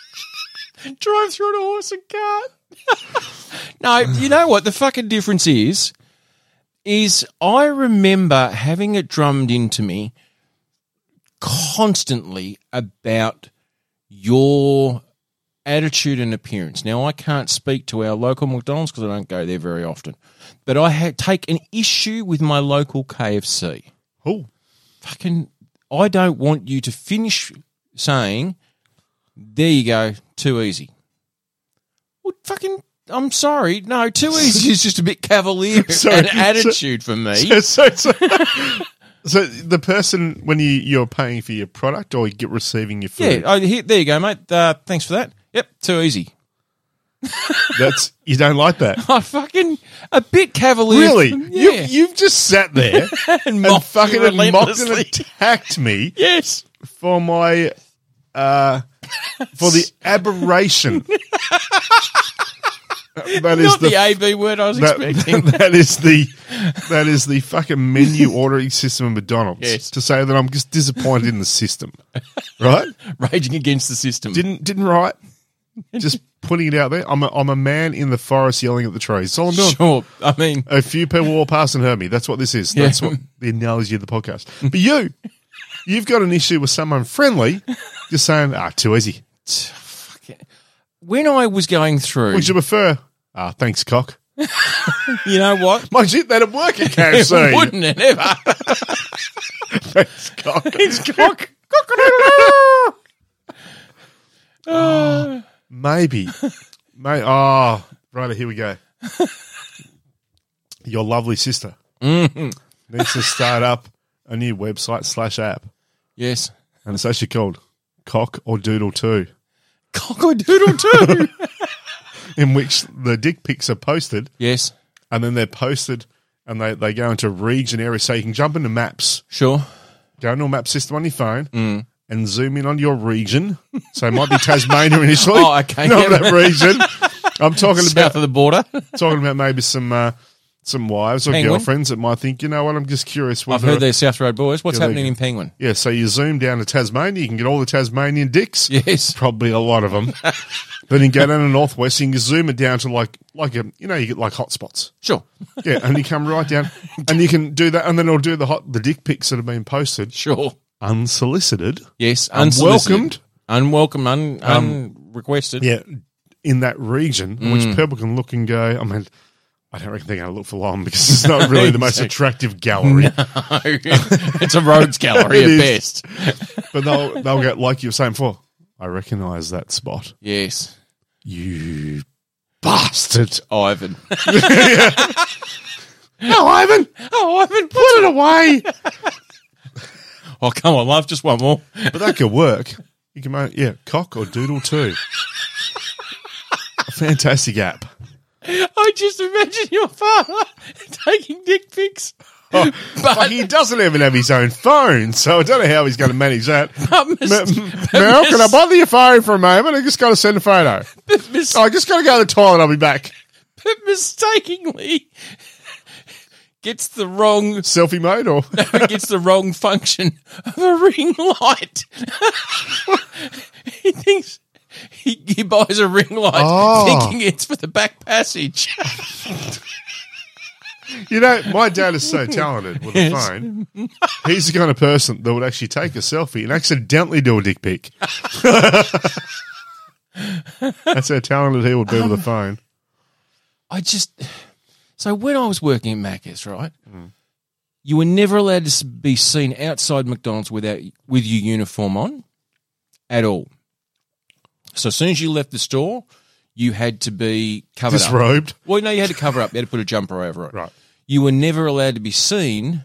[SPEAKER 1] Drive through on a horse and cart. no, you know what? The fucking difference is, is I remember having it drummed into me constantly about your attitude and appearance. Now, I can't speak to our local McDonald's because I don't go there very often, but I ha- take an issue with my local KFC
[SPEAKER 2] oh,
[SPEAKER 1] fucking I don't want you to finish saying there you go, too easy. Well fucking I'm sorry, no, too easy is just a bit cavalier
[SPEAKER 2] Sorry,
[SPEAKER 1] an
[SPEAKER 2] so-
[SPEAKER 1] attitude for me.
[SPEAKER 2] so, so, so, so the person, when you, you're paying for your product or you get receiving your
[SPEAKER 1] yeah,
[SPEAKER 2] food,
[SPEAKER 1] oh, here, there you go, mate. Uh, thanks for that. Yep, too easy.
[SPEAKER 2] that's you don't like that.
[SPEAKER 1] I fucking a bit cavalier.
[SPEAKER 2] Really? You,
[SPEAKER 1] Yeah.
[SPEAKER 2] you've just sat there and,
[SPEAKER 1] mocked
[SPEAKER 2] fucking
[SPEAKER 1] you
[SPEAKER 2] and mocked and
[SPEAKER 1] relentlessly.
[SPEAKER 2] attacked me
[SPEAKER 1] yes.
[SPEAKER 2] for my uh, for the aberration. that is
[SPEAKER 1] Not the,
[SPEAKER 2] the,
[SPEAKER 1] A B word I was expecting.
[SPEAKER 2] that, that is the that is the fucking menu ordering system of McDonald's.
[SPEAKER 1] Yes.
[SPEAKER 2] To say that I'm just disappointed in the system, right?
[SPEAKER 1] Raging against the system.
[SPEAKER 2] Didn't didn't write. Just putting it out there. I'm a, I'm a man in the forest yelling at the trees. That's all I'm doing.
[SPEAKER 1] sure. I mean
[SPEAKER 2] A few people walk past and heard me. That's what this is.
[SPEAKER 1] Yeah.
[SPEAKER 2] That's what the analogy of the podcast. But you, you've got an issue with someone friendly, just saying, ah, too easy.
[SPEAKER 1] when I was going through
[SPEAKER 2] Would you prefer? Ah, thanks, cock.
[SPEAKER 1] you know what?
[SPEAKER 2] My shit, that'd work at
[SPEAKER 1] It
[SPEAKER 2] KFC.
[SPEAKER 1] wouldn't it ever?
[SPEAKER 2] Thanks, cock.
[SPEAKER 1] cock.
[SPEAKER 2] Ah, Maybe. May- oh, right, here we go. Your lovely sister needs to start up a new website slash app.
[SPEAKER 1] Yes.
[SPEAKER 2] And it's actually called Cock or Doodle 2.
[SPEAKER 1] Cock a doodle too.
[SPEAKER 2] in which the dick pics are posted
[SPEAKER 1] yes.
[SPEAKER 2] and then they're posted and they, they go into region areas. So you can jump into maps,
[SPEAKER 1] Sure.
[SPEAKER 2] go into a map system on your phone
[SPEAKER 1] Mm.
[SPEAKER 2] and zoom in on your region. So it might be Tasmania initially.
[SPEAKER 1] Oh, okay.
[SPEAKER 2] Not
[SPEAKER 1] Yeah.
[SPEAKER 2] that region. I'm talking
[SPEAKER 1] South
[SPEAKER 2] about
[SPEAKER 1] of the border.
[SPEAKER 2] talking about maybe some uh, some wives or
[SPEAKER 1] Penguin?
[SPEAKER 2] girlfriends that might think, you know what, I'm just curious
[SPEAKER 1] I've
[SPEAKER 2] whether
[SPEAKER 1] heard they're South Road boys. What's
[SPEAKER 2] Yeah, they
[SPEAKER 1] happening in Penguin?
[SPEAKER 2] Yeah, so you zoom down to Tasmania, you can get all the Tasmanian dicks.
[SPEAKER 1] Yes.
[SPEAKER 2] Probably a lot of them. then you go down to northwest and you zoom it down to like like a you know, you get like hotspots.
[SPEAKER 1] Sure.
[SPEAKER 2] Yeah, and you come right down, and you can do that, and then it'll do the hot the dick pics that have been posted
[SPEAKER 1] Sure.
[SPEAKER 2] unsolicited.
[SPEAKER 1] Yes.
[SPEAKER 2] Unwelcomed.
[SPEAKER 1] Unsolicited. Unwelcomed. Um, Un, unrequested.
[SPEAKER 2] Yeah, in that region, which people can look and go. I mean, I don't reckon they're going to look for long because it's not really the most attractive gallery.
[SPEAKER 1] it's a roads gallery
[SPEAKER 2] It
[SPEAKER 1] at
[SPEAKER 2] is.
[SPEAKER 1] best.
[SPEAKER 2] But they'll they'll get like you were saying before. I recognise that spot.
[SPEAKER 1] Yes. Oh,
[SPEAKER 2] You bastard!
[SPEAKER 1] Ivan.
[SPEAKER 2] No, Ivan,
[SPEAKER 1] oh, Ivan.
[SPEAKER 2] put it away.
[SPEAKER 1] Oh, come on, love. Just one more.
[SPEAKER 2] but that could work. You can make yeah, cock or doodle too. A fantastic app.
[SPEAKER 1] I just imagine your father taking dick pics.
[SPEAKER 2] Oh,
[SPEAKER 1] But-
[SPEAKER 2] like, he doesn't even have his own phone, so I don't know how he's going to manage that.
[SPEAKER 1] But
[SPEAKER 2] Ma-
[SPEAKER 1] Mr.
[SPEAKER 2] m- Mel, can I bother your phone for a moment? I just got to send a photo.
[SPEAKER 1] Mr.
[SPEAKER 2] I just got to go to the toilet. I'll be back.
[SPEAKER 1] mistakenly gets the wrong
[SPEAKER 2] Selfie mode, or
[SPEAKER 1] gets the wrong function of a ring light. he thinks he, he buys a ring light
[SPEAKER 2] Oh.
[SPEAKER 1] thinking it's for the back passage.
[SPEAKER 2] you know, my dad is so talented with a phone. He's the kind of person that would actually take a selfie and accidentally do a dick pic. That's how talented he would be with a phone.
[SPEAKER 1] I just so when I was working in Macca's, right, you were never allowed to s- be seen outside McDonald's without with your uniform on at all. So as soon as you left the store, you had to be covered up.
[SPEAKER 2] Disrobed.
[SPEAKER 1] Well, no, you had to cover up. You had to put a jumper over it.
[SPEAKER 2] Right.
[SPEAKER 1] You were never allowed to be seen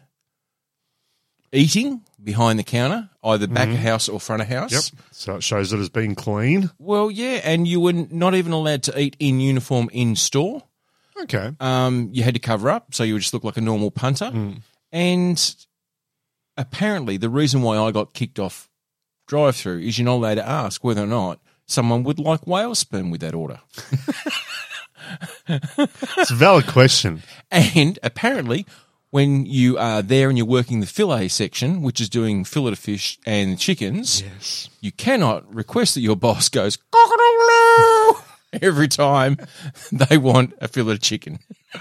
[SPEAKER 1] eating, behind the counter, either back of house or front of house.
[SPEAKER 2] Yep. So it shows that it's been clean.
[SPEAKER 1] Well, yeah, and you were not even allowed to eat in uniform in store.
[SPEAKER 2] Okay.
[SPEAKER 1] Um, you had to cover up, so you would just look like a normal punter. And apparently, the reason why I got kicked off drive-through is you're not allowed to ask whether or not someone would like whale sperm with that order.
[SPEAKER 2] It's a valid question.
[SPEAKER 1] And apparently, when you are there and you're working the fillet section, which is doing fillet of fish and chickens,
[SPEAKER 2] Yes.
[SPEAKER 1] you cannot request that your boss goes cock every time they want a fillet of chicken.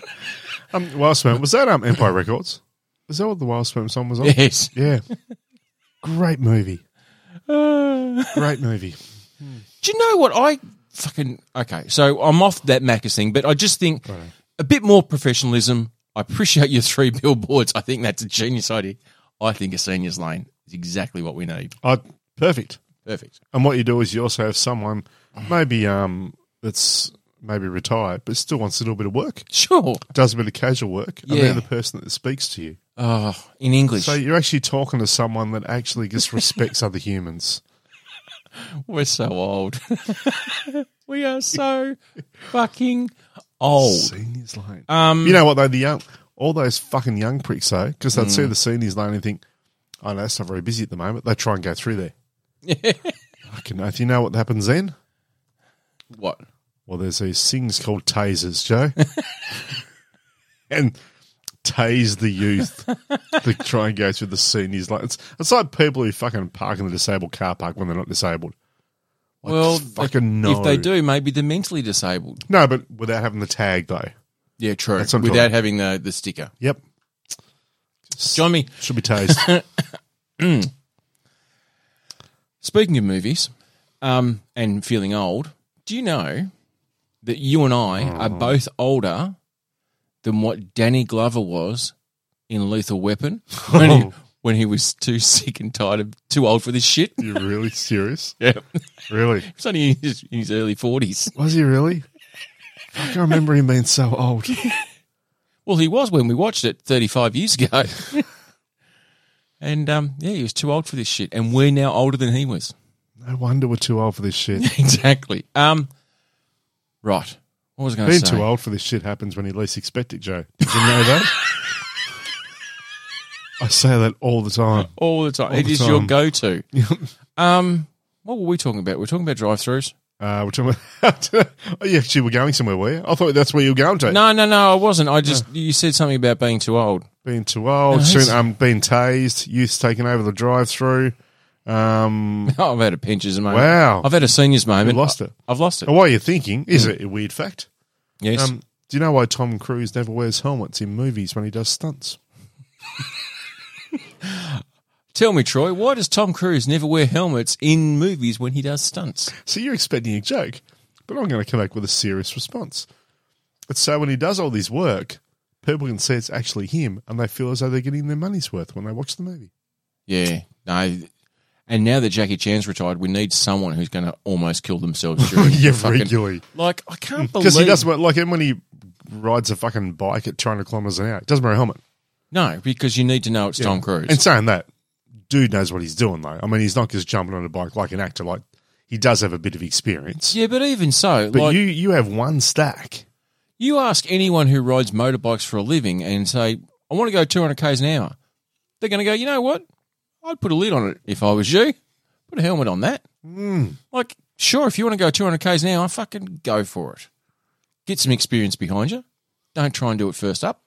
[SPEAKER 2] Um, Wild Sperm, was that um, Empire Records? Is that what the Wild Sperm song was on?
[SPEAKER 1] Yes.
[SPEAKER 2] Yeah. Great movie.
[SPEAKER 1] Uh,
[SPEAKER 2] Great movie.
[SPEAKER 1] do you know what I fucking okay? So I'm off that Macca's thing, but I just think a bit more professionalism. I appreciate your three billboards. I think that's a genius idea. I think a seniors lane is exactly what we need.
[SPEAKER 2] Oh, perfect.
[SPEAKER 1] Perfect.
[SPEAKER 2] And what you do is you also have someone maybe um that's maybe retired but still wants a little bit of work,
[SPEAKER 1] Sure.
[SPEAKER 2] does a bit of casual work, and
[SPEAKER 1] Yeah.
[SPEAKER 2] they're the person that speaks to you.
[SPEAKER 1] Oh, in English.
[SPEAKER 2] So you're actually talking to someone that actually just respects other humans.
[SPEAKER 1] We're so old. we are so fucking old.
[SPEAKER 2] Seniors lane.
[SPEAKER 1] Um,
[SPEAKER 2] you know what though? The young, all those fucking young pricks though, because they'd
[SPEAKER 1] Mm.
[SPEAKER 2] see the seniors lane and think, "I know that's not very busy at the moment." They try and go through there. fucking oath. You know what happens then?
[SPEAKER 1] What?
[SPEAKER 2] Well, there's these things called tasers, Joe. and tase the youth to try and go through the seniors. Like it's, it's like people who fucking park in the disabled car park when they're not disabled. Like,
[SPEAKER 1] well,
[SPEAKER 2] just fucking no.
[SPEAKER 1] If they do, maybe they're mentally disabled.
[SPEAKER 2] no, but without having the tag though.
[SPEAKER 1] Yeah, true.
[SPEAKER 2] That's what I'm
[SPEAKER 1] Without
[SPEAKER 2] talking-
[SPEAKER 1] having the, the sticker.
[SPEAKER 2] Yep,
[SPEAKER 1] Join me.
[SPEAKER 2] should be tased.
[SPEAKER 1] Speaking of movies um, and feeling old, do you know that you and I are
[SPEAKER 2] Mm-hmm.
[SPEAKER 1] both older than what Danny Glover was in Lethal Weapon when he, when he was too sick and tired of too old for this shit?
[SPEAKER 2] You're really serious?
[SPEAKER 1] Yeah.
[SPEAKER 2] Really?
[SPEAKER 1] It's only in his, in his early 40s.
[SPEAKER 2] Was he really? Fuck, I remember him being so old.
[SPEAKER 1] Well, he was when we watched it 35 years ago. and um, yeah, he was too old for this shit. And we're now older than he was.
[SPEAKER 2] No wonder we're too old for this shit.
[SPEAKER 1] exactly. Um, right. What was I going to
[SPEAKER 2] Being
[SPEAKER 1] say?
[SPEAKER 2] too old for this shit happens when you least expect it, Joe. Did you know that? I say that all the time.
[SPEAKER 1] All the time.
[SPEAKER 2] All
[SPEAKER 1] It
[SPEAKER 2] the
[SPEAKER 1] is your
[SPEAKER 2] time.
[SPEAKER 1] go to. um, what were we talking about? We're talking about drive throughs.
[SPEAKER 2] Uh, we're talking about. oh, you actually were going somewhere, were you? I thought that's where you were going to.
[SPEAKER 1] No, no, no, I wasn't. I just, you said something about being too old.
[SPEAKER 2] Being too old,
[SPEAKER 1] No,
[SPEAKER 2] soon
[SPEAKER 1] it's-
[SPEAKER 2] um, being tased, youth taking over the drive through. Um,
[SPEAKER 1] I've had a pinches moment.
[SPEAKER 2] Wow.
[SPEAKER 1] I've Mm. had a seniors moment.
[SPEAKER 2] lost it.
[SPEAKER 1] I've lost it.
[SPEAKER 2] and while you're thinking, is it a weird fact?
[SPEAKER 1] Yes.
[SPEAKER 2] Um, do you know why Tom Cruise never wears helmets in movies when he does stunts?
[SPEAKER 1] Tell me, Troy, why does Tom Cruise never wear helmets in movies when he does stunts?
[SPEAKER 2] So you're expecting a joke, but I'm going to come back with a serious response. It's so when he does all this work, people can see it's actually him, and they feel as though they're getting their money's worth when they watch the movie.
[SPEAKER 1] Yeah, no. And now that Jackie Chan's retired, we need someone who's going to almost kill themselves during
[SPEAKER 2] yeah,
[SPEAKER 1] the fucking-
[SPEAKER 2] regularly,
[SPEAKER 1] Like I can't believe
[SPEAKER 2] because he doesn't wear- like him when he rides a fucking bike at 200 kilometers an hour. He doesn't wear a helmet.
[SPEAKER 1] No, because you need to know it's Tom Cruise.
[SPEAKER 2] And saying that, dude knows what he's doing though. I mean, he's not just jumping on a bike like an actor. Like he does have a bit of experience.
[SPEAKER 1] yeah, but even so,
[SPEAKER 2] But
[SPEAKER 1] like
[SPEAKER 2] you
[SPEAKER 1] you,
[SPEAKER 2] you have one stack.
[SPEAKER 1] ask anyone who rides motorbikes for a living and say, "I want to go 200 k's an hour," they're going to go, "You know what? I'd put a lid on it if I was you. Put a helmet on that."
[SPEAKER 2] Hmm.
[SPEAKER 1] Like, sure, if you want to go 200 k's an hour, fucking go for it. Get some experience behind you. Don't try and do it first up.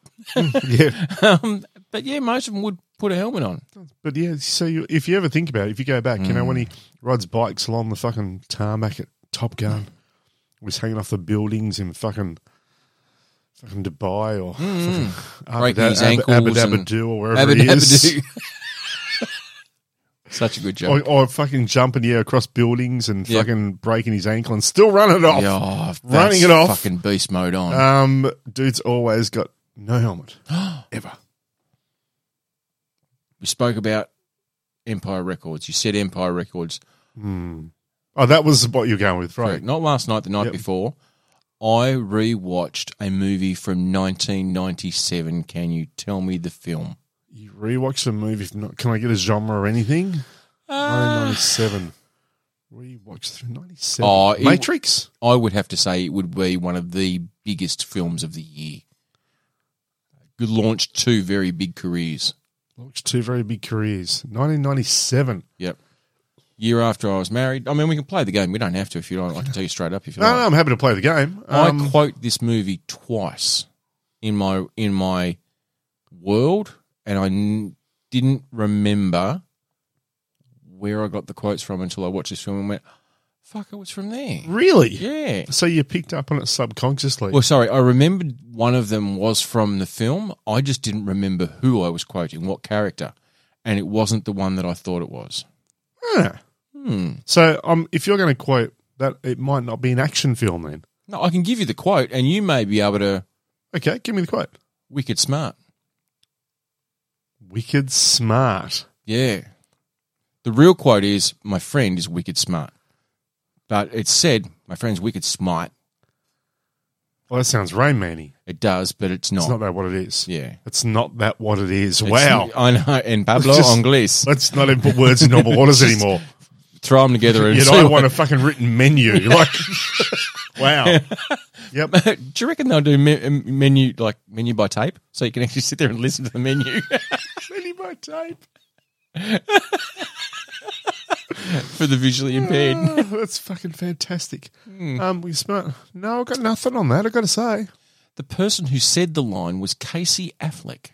[SPEAKER 2] Yeah.
[SPEAKER 1] Um, but yeah, most of them would put a helmet on.
[SPEAKER 2] But yeah, so you, if you ever think about it, if you go back, you know, when he
[SPEAKER 1] Mm.
[SPEAKER 2] rides bikes along the fucking tarmac at Top Gun, was hanging off the buildings in fucking fucking Dubai or fucking Abu
[SPEAKER 1] Mm. Breaking
[SPEAKER 2] Dha-
[SPEAKER 1] his
[SPEAKER 2] Abu-
[SPEAKER 1] ankles
[SPEAKER 2] Abu
[SPEAKER 1] and-
[SPEAKER 2] Dabadu or wherever
[SPEAKER 1] Abba
[SPEAKER 2] he is.
[SPEAKER 1] dabba do. Such a good
[SPEAKER 2] Or,
[SPEAKER 1] joke.
[SPEAKER 2] or fucking jumping yeah, across buildings and
[SPEAKER 1] Yep.
[SPEAKER 2] fucking breaking his ankle and still running off.
[SPEAKER 1] Yeah, oh, that's
[SPEAKER 2] Running it off.
[SPEAKER 1] Fucking beast mode on.
[SPEAKER 2] Um, dude's always got no helmet ever.
[SPEAKER 1] we spoke about Empire Records. You said Empire Records.
[SPEAKER 2] Oh, that was what you're going with, right?
[SPEAKER 1] Correct. Not last night, the night
[SPEAKER 2] Yep.
[SPEAKER 1] before. I rewatched a movie from 1997. Can you tell me the film?
[SPEAKER 2] You rewatch the movie. If not, can I get a genre or anything?
[SPEAKER 1] Uh,
[SPEAKER 2] 1997. Rewatch through 97.
[SPEAKER 1] Oh, it-
[SPEAKER 2] Matrix.
[SPEAKER 1] I would have to say it would be one of the biggest films of the year. Good launch two very big careers.
[SPEAKER 2] Launched two very big careers. 1997.
[SPEAKER 1] Yep. Year after I was married. I mean, we can play the game. We don't have to if you don't. I can tell you straight up if you
[SPEAKER 2] No, no,
[SPEAKER 1] like.
[SPEAKER 2] I'm happy to play the game.
[SPEAKER 1] I
[SPEAKER 2] Um,
[SPEAKER 1] quote this movie twice in my in my world, and I n- didn't remember where I got the quotes from until I watched this film and went, "Fuck, it was from there."
[SPEAKER 2] really?
[SPEAKER 1] Yeah.
[SPEAKER 2] So you picked up on it subconsciously.
[SPEAKER 1] Well, sorry, I remembered one of them was from the film. I just didn't remember who I was quoting, what character, and it wasn't the one that I thought it was.
[SPEAKER 2] Yeah.
[SPEAKER 1] Hmm.
[SPEAKER 2] So um, if you're going to quote that, it might not be an action film then.
[SPEAKER 1] No, I can give you the quote, and you may be able to
[SPEAKER 2] Okay, give me the quote.
[SPEAKER 1] wicked smart.
[SPEAKER 2] Wicked smart.
[SPEAKER 1] Yeah. The real quote is, my friend is wicked smart. But it said, my friend's wicked smart.
[SPEAKER 2] Well, that sounds Rain Man-y.
[SPEAKER 1] It does, but it's not.
[SPEAKER 2] It's not that what it is.
[SPEAKER 1] yeah.
[SPEAKER 2] It's not that what it is.
[SPEAKER 1] It's-
[SPEAKER 2] wow.
[SPEAKER 1] I know. And Pablo
[SPEAKER 2] Just-
[SPEAKER 1] Anglis.
[SPEAKER 2] Let's not even put words in normal orders anymore.
[SPEAKER 1] Throw them together and
[SPEAKER 2] You
[SPEAKER 1] see
[SPEAKER 2] don't
[SPEAKER 1] what-
[SPEAKER 2] want a fucking written menu. Like, wow. Yep.
[SPEAKER 1] do you reckon they'll do me- um, menu like menu by tape, so you can actually sit there and listen to the menu
[SPEAKER 2] Menu by tape.
[SPEAKER 1] for the visually impaired?
[SPEAKER 2] Oh, that's fucking fantastic. Um, we smart. No, I've got nothing on that. I've got to say.
[SPEAKER 1] the person who said the line was Casey Affleck,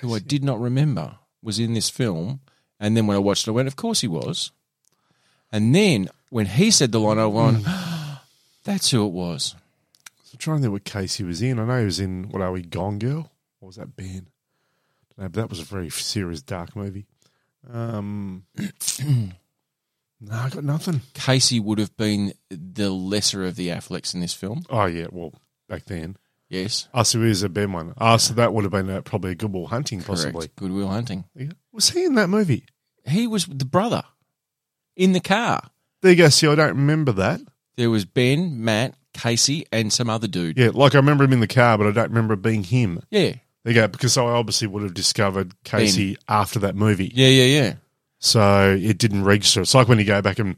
[SPEAKER 1] who I did not remember was in this film. And then when I watched it, I went, "Of course he was." And then when he said the line, I went,
[SPEAKER 2] Hmm.
[SPEAKER 1] "That's who it was."
[SPEAKER 2] I'm trying to think what case he was in. I know he was in what are we Gone Girl? What was that band? No, but that was a very serious dark movie. Um, no, I got nothing.
[SPEAKER 1] Casey would have been the lesser of the Afflecks in this film.
[SPEAKER 2] Oh yeah, well back then.
[SPEAKER 1] Yes,
[SPEAKER 2] Oh, so it is a Ben one. Oh, so that would have been uh probably a Good Will Hunting, possibly.
[SPEAKER 1] correct. Goodwill Hunting.
[SPEAKER 2] Yeah. Was he in that movie?
[SPEAKER 1] He was the brother in the car.
[SPEAKER 2] There you go. See, I don't remember that.
[SPEAKER 1] There was Ben, Matt, Casey, and some other dude.
[SPEAKER 2] Yeah, like I remember him in the car, but I don't remember it being him.
[SPEAKER 1] Yeah,
[SPEAKER 2] There you go, because I obviously would have discovered Casey after that movie.
[SPEAKER 1] yeah, yeah, yeah.
[SPEAKER 2] so it didn't register. It's like when you go back and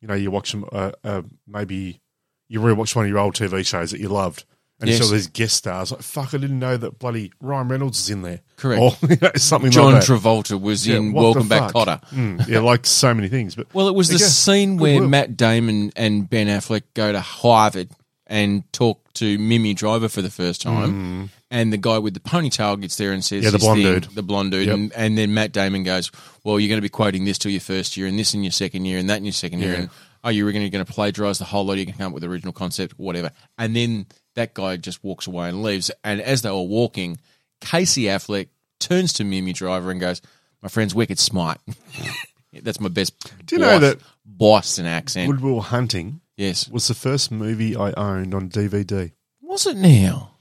[SPEAKER 2] you know you watch some, uh, uh, maybe you rewatch one of your old TV shows that you loved, and you
[SPEAKER 1] Yes.
[SPEAKER 2] saw these guest stars. Like fuck, I didn't know that bloody Ryan Reynolds is in there.
[SPEAKER 1] Correct.
[SPEAKER 2] or you know, something
[SPEAKER 1] John
[SPEAKER 2] like that.
[SPEAKER 1] Travolta was
[SPEAKER 2] Yeah,
[SPEAKER 1] in
[SPEAKER 2] what the
[SPEAKER 1] Welcome Back,
[SPEAKER 2] fuck?
[SPEAKER 1] Cotter.
[SPEAKER 2] Mm, yeah, like so many things. But
[SPEAKER 1] Well, it was the
[SPEAKER 2] Yeah,
[SPEAKER 1] scene
[SPEAKER 2] good
[SPEAKER 1] where
[SPEAKER 2] work.
[SPEAKER 1] Matt Damon and Ben Affleck go to Harvard and talk to Mimi Driver for the first time. And the guy with the ponytail gets there and says,
[SPEAKER 2] Mm. Yeah, the
[SPEAKER 1] this
[SPEAKER 2] blonde
[SPEAKER 1] thing-
[SPEAKER 2] dude.
[SPEAKER 1] The blonde dude.
[SPEAKER 2] Yep.
[SPEAKER 1] And, and then Matt Damon goes, Well, you're going to be quoting this till your first year, and this in your second year, and that in your second year.
[SPEAKER 2] Yeah.
[SPEAKER 1] And oh, you're going to plagiarize the whole lot. You can come up with the original concept, whatever. And then that guy just walks away and leaves. And as they were walking, Casey Affleck turns to Mimi Driver and goes, My friend's wicked smart. That's my best.
[SPEAKER 2] Do you know that-
[SPEAKER 1] Boston accent?
[SPEAKER 2] Woodwill Hunting
[SPEAKER 1] yes.
[SPEAKER 2] was the first movie I owned on DVD,
[SPEAKER 1] Was it now?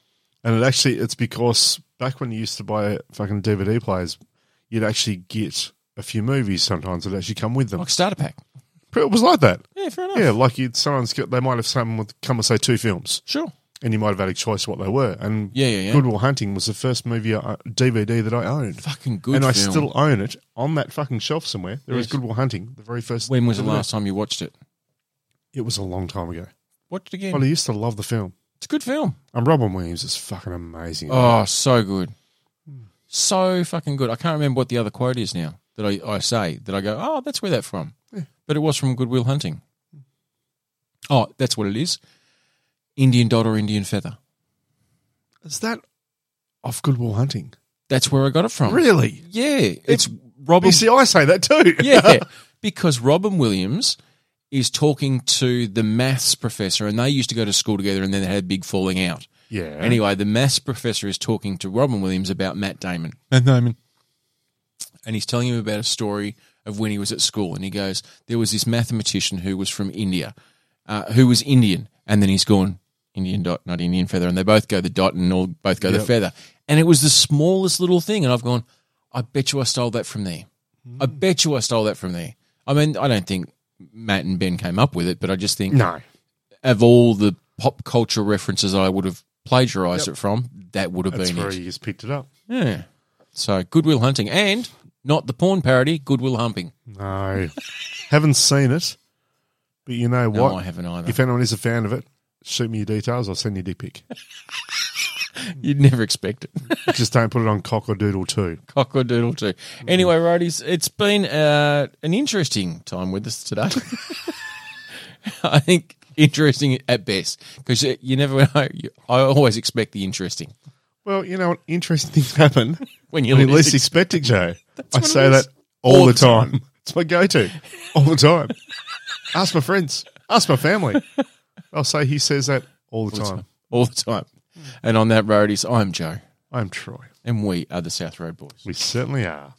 [SPEAKER 2] and it actually it's because back when you used to buy fucking DVD players, you'd actually get a few movies sometimes that actually come with them.
[SPEAKER 1] Like starter pack.
[SPEAKER 2] It was like that.
[SPEAKER 1] Yeah, fair enough.
[SPEAKER 2] Yeah, like you'd someone's got, they might have someone would come and say two films,
[SPEAKER 1] Sure.
[SPEAKER 2] and you might have had a choice what they were. And
[SPEAKER 1] Yeah, yeah, yeah.
[SPEAKER 2] Good Will Hunting was the first movie uh, I, DVD that I owned,
[SPEAKER 1] Fucking good.
[SPEAKER 2] and I
[SPEAKER 1] film.
[SPEAKER 2] still own it on that fucking shelf somewhere. There is
[SPEAKER 1] Yes.
[SPEAKER 2] Good Will Hunting, the very first.
[SPEAKER 1] When was the last time you watched it?
[SPEAKER 2] It was a long time ago,
[SPEAKER 1] Watch it again.
[SPEAKER 2] but I used to love the film.
[SPEAKER 1] it's a good film.
[SPEAKER 2] And Robin Williams is fucking amazing.
[SPEAKER 1] Oh, so good.
[SPEAKER 2] Hmm.
[SPEAKER 1] So fucking good. I can't remember what the other quote is now that I, I say that I go, oh, that's where that from. But it was from Goodwill Hunting. Oh, that's what it is. Indian dot or Indian feather.
[SPEAKER 2] Is that off Good Will Hunting?
[SPEAKER 1] That's where I got it from.
[SPEAKER 2] Really?
[SPEAKER 1] Yeah. It's Robin
[SPEAKER 2] You see, I say that too.
[SPEAKER 1] yeah, because Robin Williams is talking to the maths professor, and they used to go to school together, and then they had a big falling out.
[SPEAKER 2] yeah.
[SPEAKER 1] Anyway, the maths professor is talking to Robin Williams about Matt Damon. Matt Damon. And he's telling him about a story of when he was at school. And he goes, There was this mathematician who was from India, uh, who was Indian. And then he's gone, Indian dot, not Indian feather. And they both go the dot and all both go the
[SPEAKER 2] Yep.
[SPEAKER 1] feather. And it was the smallest little thing. And I've gone, I bet you I stole that from there. I bet you I stole that from there. I mean, I don't think Matt and Ben came up with it, but I just think
[SPEAKER 2] no.
[SPEAKER 1] of all the pop culture references I would have plagiarized it from, that would have
[SPEAKER 2] That's
[SPEAKER 1] been
[SPEAKER 2] where
[SPEAKER 1] it.
[SPEAKER 2] he just picked it up.
[SPEAKER 1] Yeah. So Goodwill Hunting and not the porn parody, Goodwill Humping.
[SPEAKER 2] No, haven't seen it, but you know
[SPEAKER 1] No,
[SPEAKER 2] what?
[SPEAKER 1] I haven't either.
[SPEAKER 2] If anyone is a fan of it, shoot me your details. I'll send you a dick pic.
[SPEAKER 1] You'd never expect it.
[SPEAKER 2] Just don't put it on cock or doodle too.
[SPEAKER 1] Cock-a-doodle too.
[SPEAKER 2] Mm.
[SPEAKER 1] Anyway, roadies, it's been uh, an interesting time with us today. I think interesting at best because you never know. You, I always expect the interesting
[SPEAKER 2] Well, you know what? Interesting things happen
[SPEAKER 1] when you
[SPEAKER 2] when you least
[SPEAKER 1] least.
[SPEAKER 2] expect it, Joe. I
[SPEAKER 1] what it
[SPEAKER 2] say
[SPEAKER 1] is.
[SPEAKER 2] that all,
[SPEAKER 1] All
[SPEAKER 2] the
[SPEAKER 1] the
[SPEAKER 2] time. It's my go-to all the time. ask my friends. Ask my family. I'll say he says that all the time.
[SPEAKER 1] all the time. And on that, roadies, I'm Joe,
[SPEAKER 2] I'm Troy.
[SPEAKER 1] and we are the South Road Boys.
[SPEAKER 2] We certainly are.